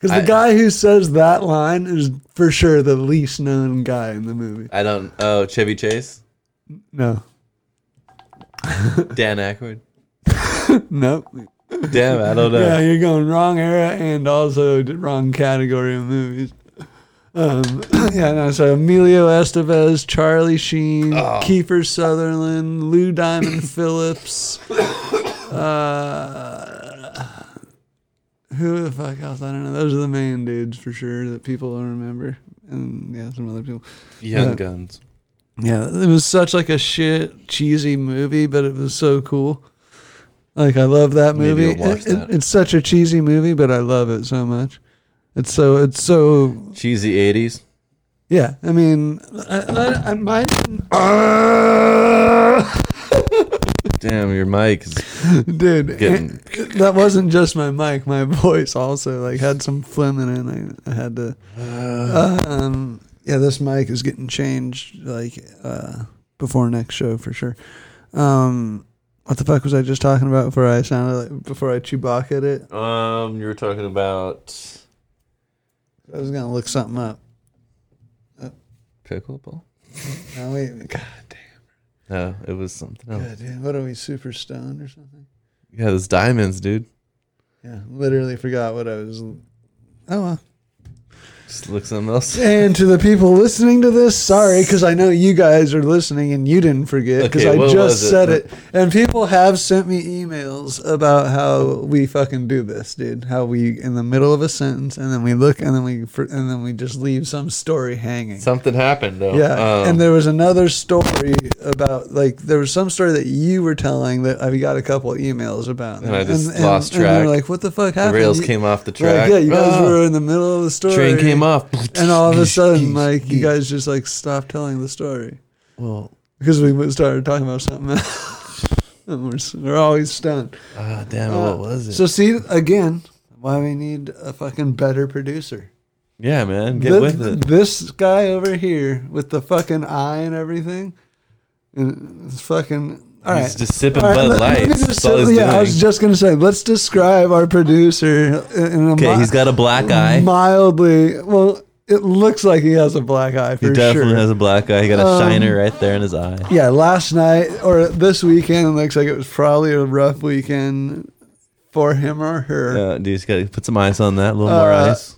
Speaker 2: Because the
Speaker 1: I-
Speaker 2: guy who says that line is for sure the least known guy in the movie.
Speaker 1: I don't. Oh, Chevy Chase,
Speaker 2: No,
Speaker 1: Dan Aykroyd.
Speaker 2: no.
Speaker 1: Damn, I don't
Speaker 2: Yeah,
Speaker 1: know.
Speaker 2: you're going wrong era and also d- wrong category of movies. Um, yeah, no, so Emilio Estevez, Charlie Sheen, Kiefer Sutherland, Lou Diamond Phillips. Uh, who the fuck else? I don't know. Those are the main dudes for sure that people will remember. And yeah, some other people.
Speaker 1: Young
Speaker 2: Yeah.
Speaker 1: Guns.
Speaker 2: Yeah, it was such like a shit cheesy movie, but it was so cool. Like I love that
Speaker 1: Maybe
Speaker 2: movie.
Speaker 1: I'll watch
Speaker 2: It- it-
Speaker 1: that.
Speaker 2: it's such a cheesy movie, but I love it so much. It's so it's so
Speaker 1: Cheesy '80s.
Speaker 2: yeah. I mean, I, I, I might uh,
Speaker 1: Damn, your mic is
Speaker 2: dude.
Speaker 1: Getting-
Speaker 2: it- that wasn't just my mic. My voice also like had some phlegm in it. I, I had to. um, yeah, this mic is getting changed like uh, before next show for sure. Um, what the fuck was I just talking about before I sounded like before I Chewbacca'd it?
Speaker 1: Um, you were talking about
Speaker 2: I was gonna look something up.
Speaker 1: pickleball.
Speaker 2: Now wait, god damn,
Speaker 1: No, it was something else.
Speaker 2: god damn, what are we super stoned or something?
Speaker 1: Yeah, those diamonds, dude.
Speaker 2: Yeah, literally forgot what I was. Oh well.
Speaker 1: Just look something else.
Speaker 2: And to the people listening to this, sorry, because I know you guys are listening and you didn't forget because
Speaker 1: Okay,
Speaker 2: I
Speaker 1: what was
Speaker 2: just
Speaker 1: it?
Speaker 2: said it. And people have sent me emails about how we fucking do this, dude. How we in the middle of a sentence and then we look and then we fr- and then we just leave some story hanging.
Speaker 1: Something happened though.
Speaker 2: Yeah,
Speaker 1: Um,
Speaker 2: and there was another story about like there was some story that you were telling that I got a couple emails about,
Speaker 1: And I just lost
Speaker 2: And
Speaker 1: track.
Speaker 2: they're like, "What the fuck
Speaker 1: the
Speaker 2: happened?"
Speaker 1: rails
Speaker 2: You-
Speaker 1: came off the
Speaker 2: like,
Speaker 1: track.
Speaker 2: yeah, you guys
Speaker 1: Ah,
Speaker 2: were in the middle of the story.
Speaker 1: Train came off.
Speaker 2: And all of a sudden, like you guys just like stopped telling the story
Speaker 1: Well,
Speaker 2: because we started talking about something else. and we're, s- we're always stunned.
Speaker 1: ah, damn it, what was it?
Speaker 2: So see again why we need a fucking better producer.
Speaker 1: yeah, man, get
Speaker 2: Thi-
Speaker 1: with it.
Speaker 2: This guy over here with the fucking eye and everything, and it's fucking. All right.
Speaker 1: He's just sipping
Speaker 2: All right,
Speaker 1: Bud
Speaker 2: let- let me
Speaker 1: Lights.
Speaker 2: just
Speaker 1: That's all
Speaker 2: say-
Speaker 1: he's
Speaker 2: yeah, I
Speaker 1: doing.
Speaker 2: was just gonna say. Let's describe our producer. in- in a
Speaker 1: okay,
Speaker 2: mi-
Speaker 1: he's got a black eye.
Speaker 2: mildly. Well, it looks like he has a black eye for
Speaker 1: he definitely
Speaker 2: sure. Um,
Speaker 1: has a black eye. He got a shiner right there in his eye.
Speaker 2: yeah, last night or this weekend it looks like it was probably a rough weekend for him or her.
Speaker 1: Yeah, Uh, dude, just gotta put some ice on that. A little more
Speaker 2: Uh,
Speaker 1: ice.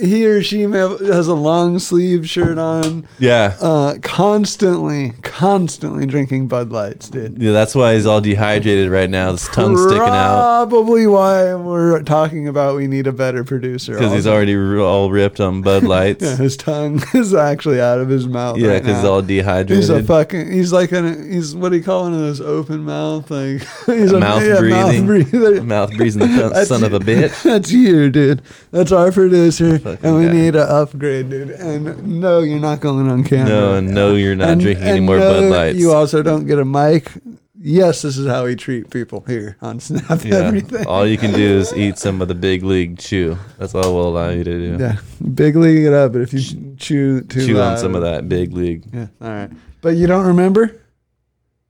Speaker 2: He or she may have, has a long sleeve shirt on.
Speaker 1: Yeah.
Speaker 2: Uh, constantly, constantly drinking Bud Lights, dude.
Speaker 1: yeah, that's why he's all dehydrated right now. His tongue's sticking out
Speaker 2: Probably why we're talking about we need a better producer.
Speaker 1: because he's
Speaker 2: also.
Speaker 1: already r- all ripped on Bud Lights.
Speaker 2: Yeah, his tongue is actually out of his mouth.
Speaker 1: Yeah,
Speaker 2: right
Speaker 1: because
Speaker 2: now.
Speaker 1: all
Speaker 2: He's a
Speaker 1: dehydrated.
Speaker 2: fucking. He's like an. He's what do you call one of those open mouth like? He's a
Speaker 1: mouth
Speaker 2: yeah,
Speaker 1: breathing.
Speaker 2: Mouth breather.
Speaker 1: Mouth breathing the son-
Speaker 2: That's
Speaker 1: son of a
Speaker 2: you-
Speaker 1: bitch.
Speaker 2: That's you, dude. That's our producer,
Speaker 1: Fucking
Speaker 2: and we
Speaker 1: guy.
Speaker 2: need an upgrade, dude. And no, you're not going on camera.
Speaker 1: No, and no, you're not
Speaker 2: And-
Speaker 1: drinking
Speaker 2: and
Speaker 1: any more
Speaker 2: no,
Speaker 1: Bud Lights.
Speaker 2: You also don't get a mic. Yes, this is how we treat people here on Snap.
Speaker 1: yeah.
Speaker 2: Everything.
Speaker 1: All you can do is eat some of the big league chew. That's all we'll allow you to do.
Speaker 2: Yeah, big league it up. But if you chew too
Speaker 1: chew on
Speaker 2: loud-
Speaker 1: some of that big league.
Speaker 2: Yeah. All right. But you don't remember?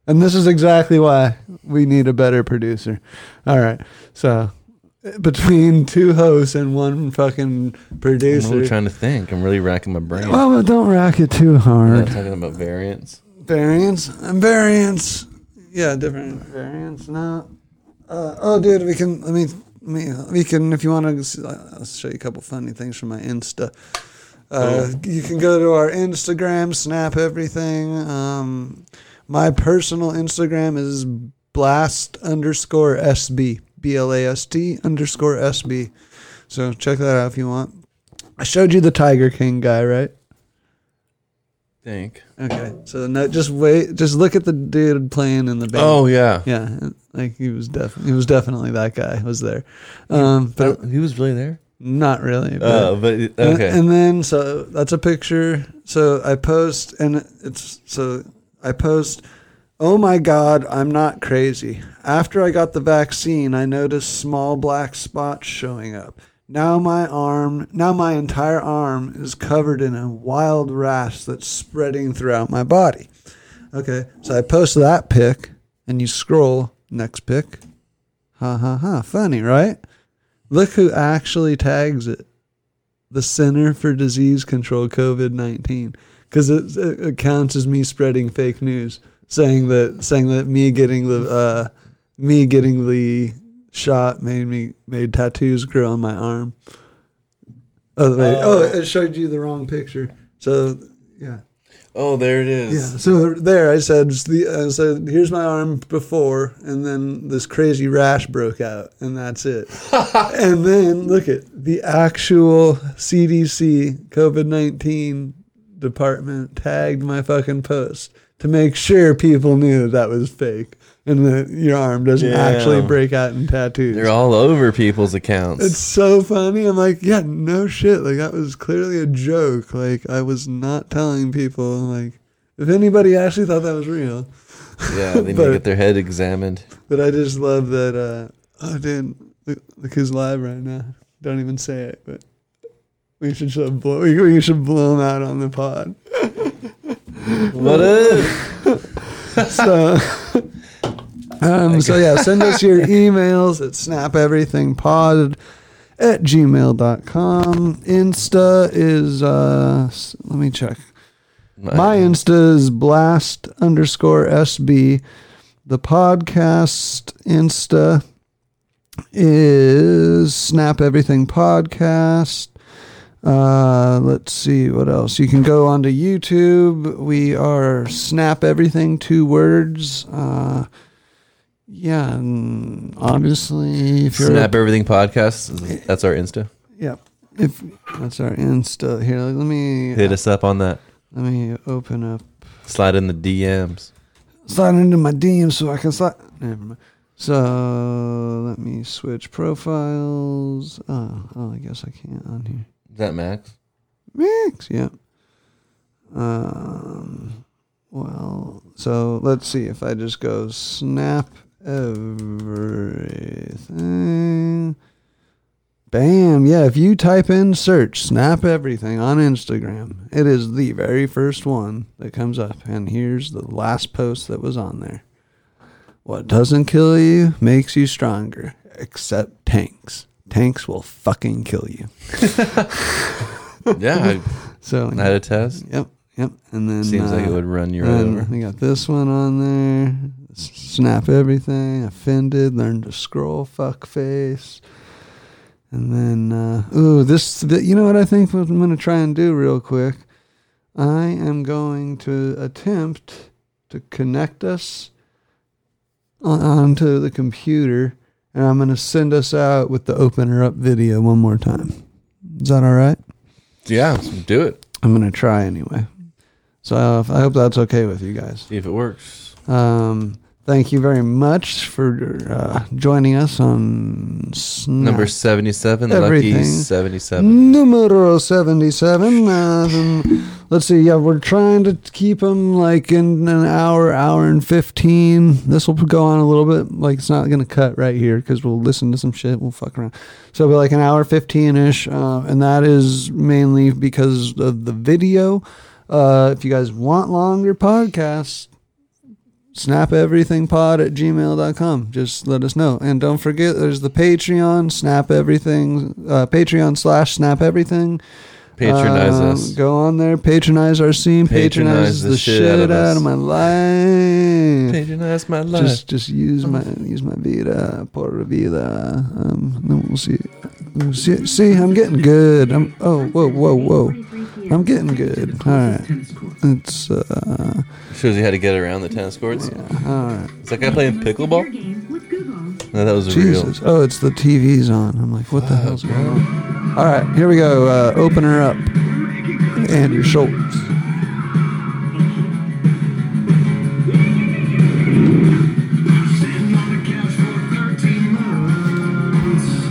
Speaker 2: And this is exactly why we need a better producer. All right. So between two hosts and one fucking
Speaker 1: What we're
Speaker 2: producer.
Speaker 1: trying to think. I'm really racking my brain.
Speaker 2: Well, but don't rack it
Speaker 1: We're
Speaker 2: too
Speaker 1: not
Speaker 2: hard.
Speaker 1: talking about variants.
Speaker 2: Variants and variants. Yeah, different variants. No. Uh, oh, dude, we can. Let me. Let me. We can. If you want to, I'll show you a couple funny things from my Insta. Uh, You can go to our Instagram, snap everything. Um, my personal Instagram is blast underscore sb b l a s t underscore sb. So check that out if you want. I showed you the Tiger King guy, right?
Speaker 1: Think.
Speaker 2: Okay. So no, just wait. Just look at the dude playing in the band.
Speaker 1: Oh yeah.
Speaker 2: yeah. Like he was def- he was definitely that guy was there. Um, but
Speaker 1: Uh, He was really there.
Speaker 2: Not really. but-
Speaker 1: Oh, but
Speaker 2: And-
Speaker 1: okay.
Speaker 2: And, then so that's a picture. So I post and it's so I post Oh my god, I'm not crazy. After I got the vaccine, I noticed small black spots showing up. Now my arm, now my entire arm is covered in a wild rash that's spreading throughout my body. Okay, so I post that pic and you scroll next pic. Ha ha ha, funny, right? Look who actually tags it the Center for Disease Control COVID nineteen because it, it, it counts as me spreading fake news, saying that saying that me getting the uh, me getting the shot made me made tattoos grow on my arm. Oh, wait, oh, it showed you the wrong picture. So yeah.
Speaker 1: oh, there it
Speaker 2: Yeah,
Speaker 1: is.
Speaker 2: so there I said, s- the, I said, here's my arm before, and then this crazy rash broke out, and that's it. and then look at the actual CDC COVID 19 department tagged my fucking post to make sure people knew that was fake and that your arm doesn't actually
Speaker 1: Damn.
Speaker 2: break out in tattoos.
Speaker 1: They're all over people's accounts.
Speaker 2: It's so funny. I'm like, yeah, no shit. Like that was clearly a joke. Like I was not telling people. Like if anybody actually thought that was real,
Speaker 1: yeah, they need
Speaker 2: but-
Speaker 1: to get their head examined.
Speaker 2: but I just love that. Uh, oh, dude, look, look who's live right now. Don't even say it, but we should should have blow. We, we should blow him out on the pod.
Speaker 1: What up?
Speaker 2: So. Um, so yeah, send us your emails at snapeverythingpod at gmail.com. Insta is uh s- let me check. My Insta is blast underscore SB. The podcast Insta is Snap Everything Podcast. Uh, let's see what else. You can go onto YouTube. We are Snap Everything, two words. Uh, yeah, and obviously, if you're
Speaker 1: Snap Everything Podcast. That's our Insta.
Speaker 2: yeah, if that's our Insta here, let me
Speaker 1: Hit us up on that.
Speaker 2: let me open up
Speaker 1: Slide in the DMs.
Speaker 2: slide into my DM so I can slide. Never mind. So let me switch profiles. Oh, oh I guess I can't on here.
Speaker 1: Is that Max?
Speaker 2: Mix, yeah. Um, well, so let's see if I just go snap everything. Bam. Yeah, if you type in search snap everything on Instagram, it is the very first one that comes up. And here's the last post that was on there. What doesn't kill you makes you stronger, except tanks. Tanks will fucking kill you.
Speaker 1: Yeah,
Speaker 2: So,
Speaker 1: I had a test.
Speaker 2: Yep, yep. And then
Speaker 1: Seems like
Speaker 2: uh,
Speaker 1: it would run you right
Speaker 2: then
Speaker 1: over.
Speaker 2: We got this one on there. S- Snap everything. Offended. Learn to scroll. Fuck face. And then, uh, ooh, this. Th- you know what I think? What I'm gonna try and do real quick. I am going to attempt to connect us on, onto the computer, and I'm gonna send us out with the opener up video one more time. Is that all right?
Speaker 1: Yeah, do it.
Speaker 2: I'm gonna try anyway. So uh, I hope that's okay with you guys.
Speaker 1: See if it works.
Speaker 2: Um, thank you very much for uh, joining us on Snap.
Speaker 1: Number 77,
Speaker 2: Everything. Mm.
Speaker 1: lucky 77.
Speaker 2: Numero 77. Uh, then- let's see. Yeah, we're trying to keep them like in an hour, hour and 15. This will go on a little bit. Like, it's not going to cut right here because we'll listen to some shit. We'll fuck around. So it'll be like an hour 15 ish. Uh, and that is mainly because of the video. Uh, if you guys want longer podcasts, snapeverythingpod at gmail.com just let us know and don't forget there's the patreon snap everything uh, patreon slash snap everything
Speaker 1: Patronize
Speaker 2: Uh,
Speaker 1: us.
Speaker 2: go on there patronize our scene patronize,
Speaker 1: Patronize
Speaker 2: the,
Speaker 1: the
Speaker 2: shit,
Speaker 1: shit out of
Speaker 2: out,
Speaker 1: us.
Speaker 2: of my life
Speaker 1: Patronize my life.
Speaker 2: just just use my use my vida por vida um then we'll see we'll see see i'm getting good i'm oh whoa whoa whoa i'm getting good all right it's uh
Speaker 1: Shows you how to get around the tennis courts.
Speaker 2: all right
Speaker 1: It's like I playing pickleball. No, that was
Speaker 2: Jesus. Oh, it's the TV's on. I'm like, what the hell's going on? All right, here we go. Uh, open her up. Andrew Schultz.
Speaker 4: Sitting on the couch for 13 months.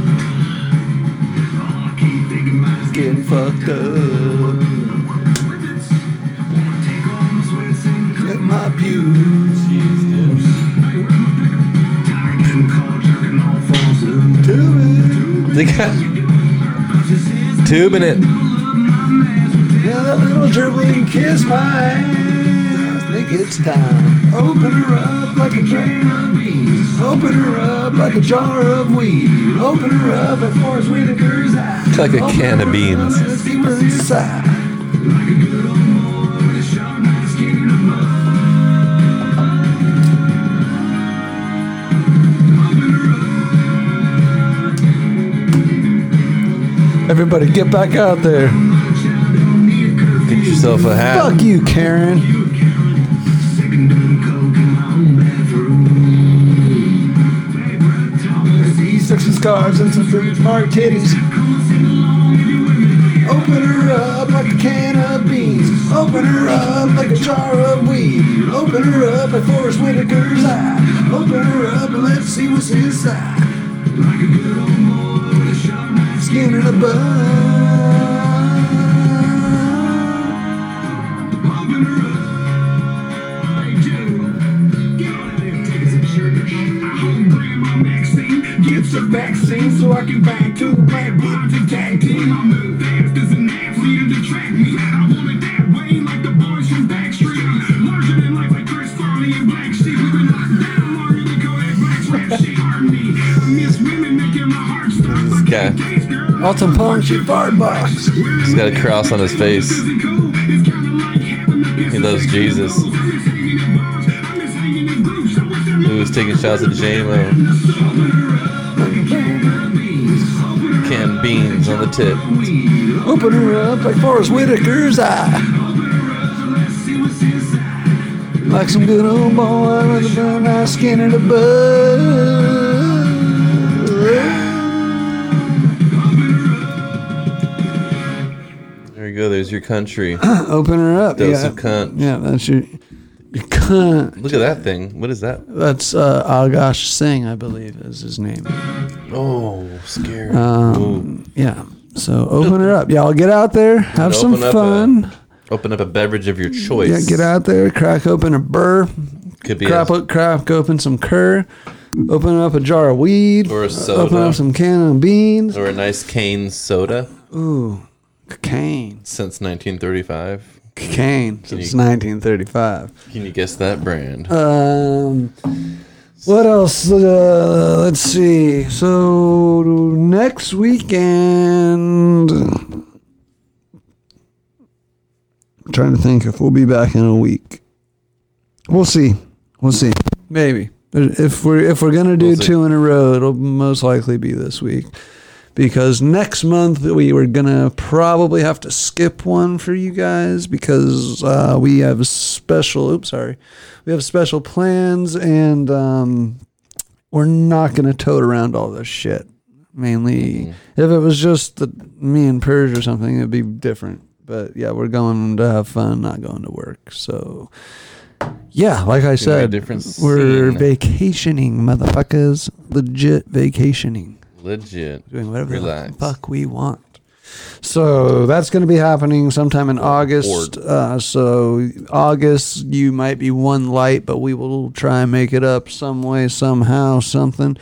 Speaker 4: All I can
Speaker 2: getting fucked up. Let my pews to it.
Speaker 1: They got tubing it.
Speaker 2: Now that little dribbling kiss my ass. I think it's time. Open her up like a can of beans. Open her up like a jar of weed. Open her up before it's Whitaker's eye.
Speaker 1: Like a
Speaker 2: Open
Speaker 1: can of
Speaker 2: her up,
Speaker 1: beans.
Speaker 2: let's see what's inside. Everybody get back out there.
Speaker 1: Get yourself a hat.
Speaker 2: Fuck you, Karen. Six scarves and some fruit smart titties. Open her up like a can of beans. Open her up like a jar of weed. Open her up at Forrest Whitaker's eye. Open her up and let's see what's inside. Skin in a bun.
Speaker 4: Gets the vaccine so I can back to black blonde and tag team. I move fast as an athlete and detract me. I want it that way, like the boys from Backstreet. Larger than life, like Chris Farley and Black Sheep. We've been locked down longer than Kodak Black's rap sheet. Pardon me. Miss women making my heart stop. This
Speaker 1: guy.
Speaker 2: Want some punch at Fart Box.
Speaker 1: He's got a cross on his face.
Speaker 4: He
Speaker 1: loves Jesus. He was taking shots at J-Lo. Canned beans on the tip.
Speaker 2: Open her up like Forrest Whitaker's eye. Like some good old boy with a brown eye skin and a bun.
Speaker 1: There you go. There's your country.
Speaker 2: Uh, Open her up.
Speaker 1: Dose
Speaker 2: yeah.
Speaker 1: of cunt.
Speaker 2: Yeah, that's your, your cunt.
Speaker 1: Look at that thing. What is that?
Speaker 2: That's uh, Agash Singh, I believe, is his name.
Speaker 1: Oh, scary.
Speaker 2: Um, Yeah. So open her up. Y'all get out there, have some
Speaker 1: open up a-
Speaker 2: fun.
Speaker 1: Open up a beverage of your choice.
Speaker 2: Yeah, get out there, crack open a burr,
Speaker 1: Could be
Speaker 2: crap,
Speaker 1: a,
Speaker 2: crack open some cur, open up a jar of weed,
Speaker 1: Or a
Speaker 2: uh, open
Speaker 1: soda.
Speaker 2: up some can of beans.
Speaker 1: or a nice cane soda
Speaker 2: Ooh, cocaine,
Speaker 1: since 1935.
Speaker 2: cocaine since 1935.
Speaker 1: Can you guess that brand?
Speaker 2: Um, what else? Uh, let's see. So next weekend, I'm trying to think if we'll be back in a week. We'll see. We'll see. Maybe if we're if we're gonna do
Speaker 1: We'll see.
Speaker 2: two in a row, it'll most likely be this week. Because next month we were gonna probably have to skip one for you guys because uh, we have special. Oops, sorry, we have special plans and um, we're not gonna tote around all this shit. Mainly,
Speaker 1: Mm-hmm.
Speaker 2: if it was just the, me and Purge or something, it'd be different. But yeah, we're going to have fun, not going to work. So yeah, like
Speaker 1: Gonna be
Speaker 2: I
Speaker 1: a
Speaker 2: said,
Speaker 1: different
Speaker 2: we're
Speaker 1: scene.
Speaker 2: vacationing, motherfuckers. Legit vacationing,
Speaker 1: Legit.
Speaker 2: doing whatever
Speaker 1: Relax.
Speaker 2: the fuck we want. So that's going to be happening sometime in August. Uh, so August, you might be one light, but we will try and make it up some way, somehow, something.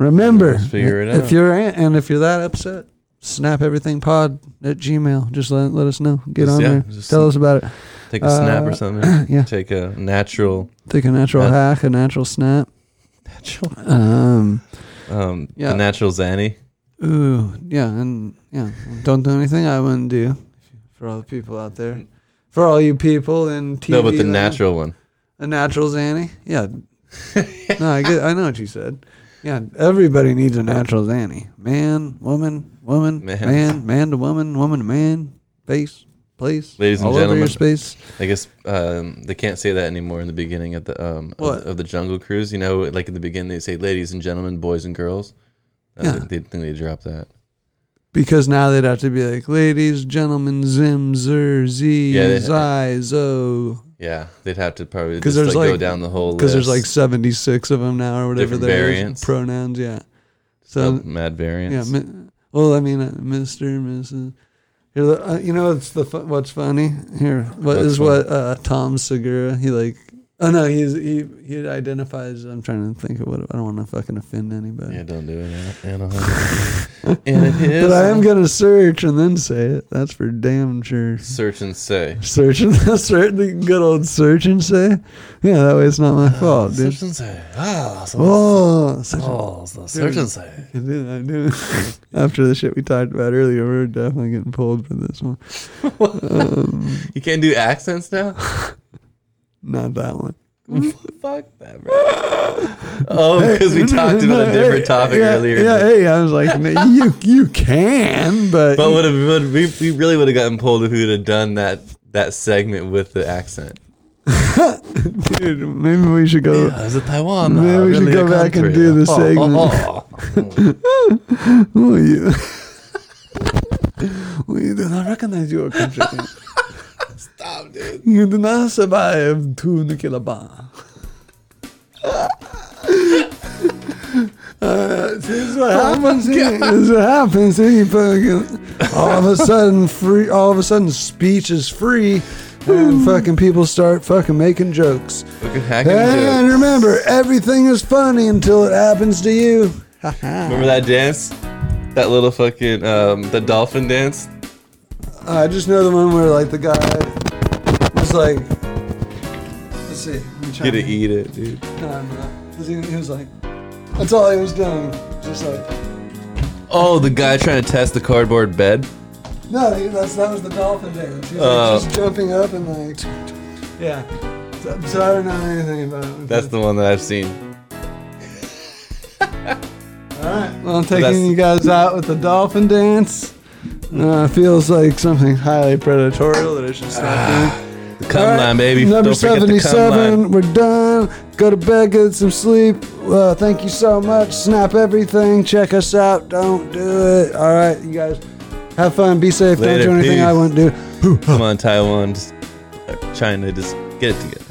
Speaker 2: Remember,
Speaker 1: Let's figure it
Speaker 2: if
Speaker 1: out.
Speaker 2: you're an- and if you're that upset, snap everything pod at Gmail. Just let, let us know. Get
Speaker 1: Just-
Speaker 2: on
Speaker 1: yeah,
Speaker 2: there.
Speaker 1: just
Speaker 2: Tell us about it.
Speaker 1: Take a snap
Speaker 2: Uh,
Speaker 1: or something.
Speaker 2: yeah.
Speaker 1: Take a natural.
Speaker 2: Take a natural
Speaker 1: Uh,
Speaker 2: hack, a natural snap.
Speaker 1: Natural.
Speaker 2: Um,
Speaker 1: Um,
Speaker 2: Yeah.
Speaker 1: A natural Zanny.
Speaker 2: Ooh, yeah, and yeah, don't do anything I wouldn't do for all the people out there, for all you people in TV.
Speaker 1: No, but the
Speaker 2: land.
Speaker 1: natural one.
Speaker 2: a natural Zanny. Yeah, no, I get, I know what you said. Yeah, everybody needs a natural Zanny. Man, woman, woman,
Speaker 1: Man.
Speaker 2: man, man, to woman, woman to man, face, place,
Speaker 1: Ladies and
Speaker 2: all over your
Speaker 1: gentlemen.
Speaker 2: space.
Speaker 1: I guess um, they can't say that anymore in the beginning at the um of,
Speaker 2: What?
Speaker 1: the- of the Jungle Cruise. You know, like in the beginning they say, "Ladies and gentlemen, boys and girls." Uh,
Speaker 2: Yeah.
Speaker 1: They think they dropped that.
Speaker 2: Because now they'd have to be like, ladies, gentlemen, zim, zer, z,
Speaker 1: Yeah, they-
Speaker 2: zi, zo.
Speaker 1: Yeah, they'd have to probably
Speaker 2: 'Cause
Speaker 1: just
Speaker 2: there's
Speaker 1: like, go
Speaker 2: like-
Speaker 1: down the whole list.
Speaker 2: because there's like 76 of them now or whatever
Speaker 1: Different
Speaker 2: there is,
Speaker 1: variants.
Speaker 2: pronouns yeah
Speaker 1: Oh,
Speaker 2: so
Speaker 1: mad
Speaker 2: yeah
Speaker 1: variants.
Speaker 2: mi- well i mean uh, mr mrs You're the, uh, you know it's the fu- what's funny here. What
Speaker 1: What's
Speaker 2: is what uh, Tom Segura? He like oh no he's he he identifies. I'm trying to think of what I don't want to fucking offend anybody.
Speaker 1: Yeah, don't do it. Anaheim. and it is.
Speaker 2: But I am gonna search and then say it. That's for damn sure.
Speaker 1: Search and say.
Speaker 2: Search and search the good old search and say. Yeah, that way it's not
Speaker 1: Uh,
Speaker 2: my fault, dude.
Speaker 1: Search and say. Ah, so
Speaker 2: Oh, search and-
Speaker 1: oh, so search and say.
Speaker 2: I do, I do. After the shit we talked about earlier, we're definitely getting pulled for this one.
Speaker 1: You can't do accents now?
Speaker 2: Not that one.
Speaker 1: Fuck that, bro. Oh, because we talked about a different topic
Speaker 2: yeah,
Speaker 1: earlier.
Speaker 2: Yeah, hey, I was like, "No, you you can, but,
Speaker 1: But would have we, we really would have gotten pulled if we would have done that that segment with the accent.
Speaker 2: dude, maybe we should go.
Speaker 1: was it Taiwan? uh,
Speaker 2: Maybe we should go back and do the segment.
Speaker 1: oh,
Speaker 2: Oh, you. we do not recognize your country.
Speaker 1: Stop, dude.
Speaker 2: you do not survive to nuclear bomb. Uh, this is what happens. Here. This is what happens. Here. You fucking all of a sudden free. All of a sudden, speech is free, and fucking people start fucking making jokes.
Speaker 1: Fucking hacking
Speaker 2: And
Speaker 1: joke.
Speaker 2: remember, everything is funny until it happens to you.
Speaker 1: Remember that dance? That little fucking um, the dolphin dance.
Speaker 2: Uh, I just know the one where like the guy was like, let's see, I'm
Speaker 1: You
Speaker 2: trying
Speaker 1: to eat it, dude.
Speaker 2: No, I'm not. 'Cause He, he was like, that's all he was doing. Just like,
Speaker 1: Oh, the guy trying to test the cardboard bed.
Speaker 2: no, he, that's that was the dolphin dance. He was
Speaker 1: Uh.
Speaker 2: like, just jumping up and like, yeah. So, so I don't know anything about it.
Speaker 1: That's the one that I've seen.
Speaker 2: all right. Well, I'm
Speaker 1: that's-
Speaker 2: taking you guys out with the dolphin dance. Uh, feels like something highly predatory that I should stop doing.
Speaker 1: The cum
Speaker 2: All right,
Speaker 1: line, baby.
Speaker 2: Number
Speaker 1: Don't forget the cum line.
Speaker 2: seventy-seven. We're done. Go to bed. Get some sleep. Uh, thank you so much. Snap everything. Check us out. Don't do it. All right, you guys. Have fun. Be safe.
Speaker 1: Later,
Speaker 2: Don't do anything I
Speaker 1: peace.
Speaker 2: wouldn't do.
Speaker 1: Come on, Taiwan, just, uh, China, just get it together.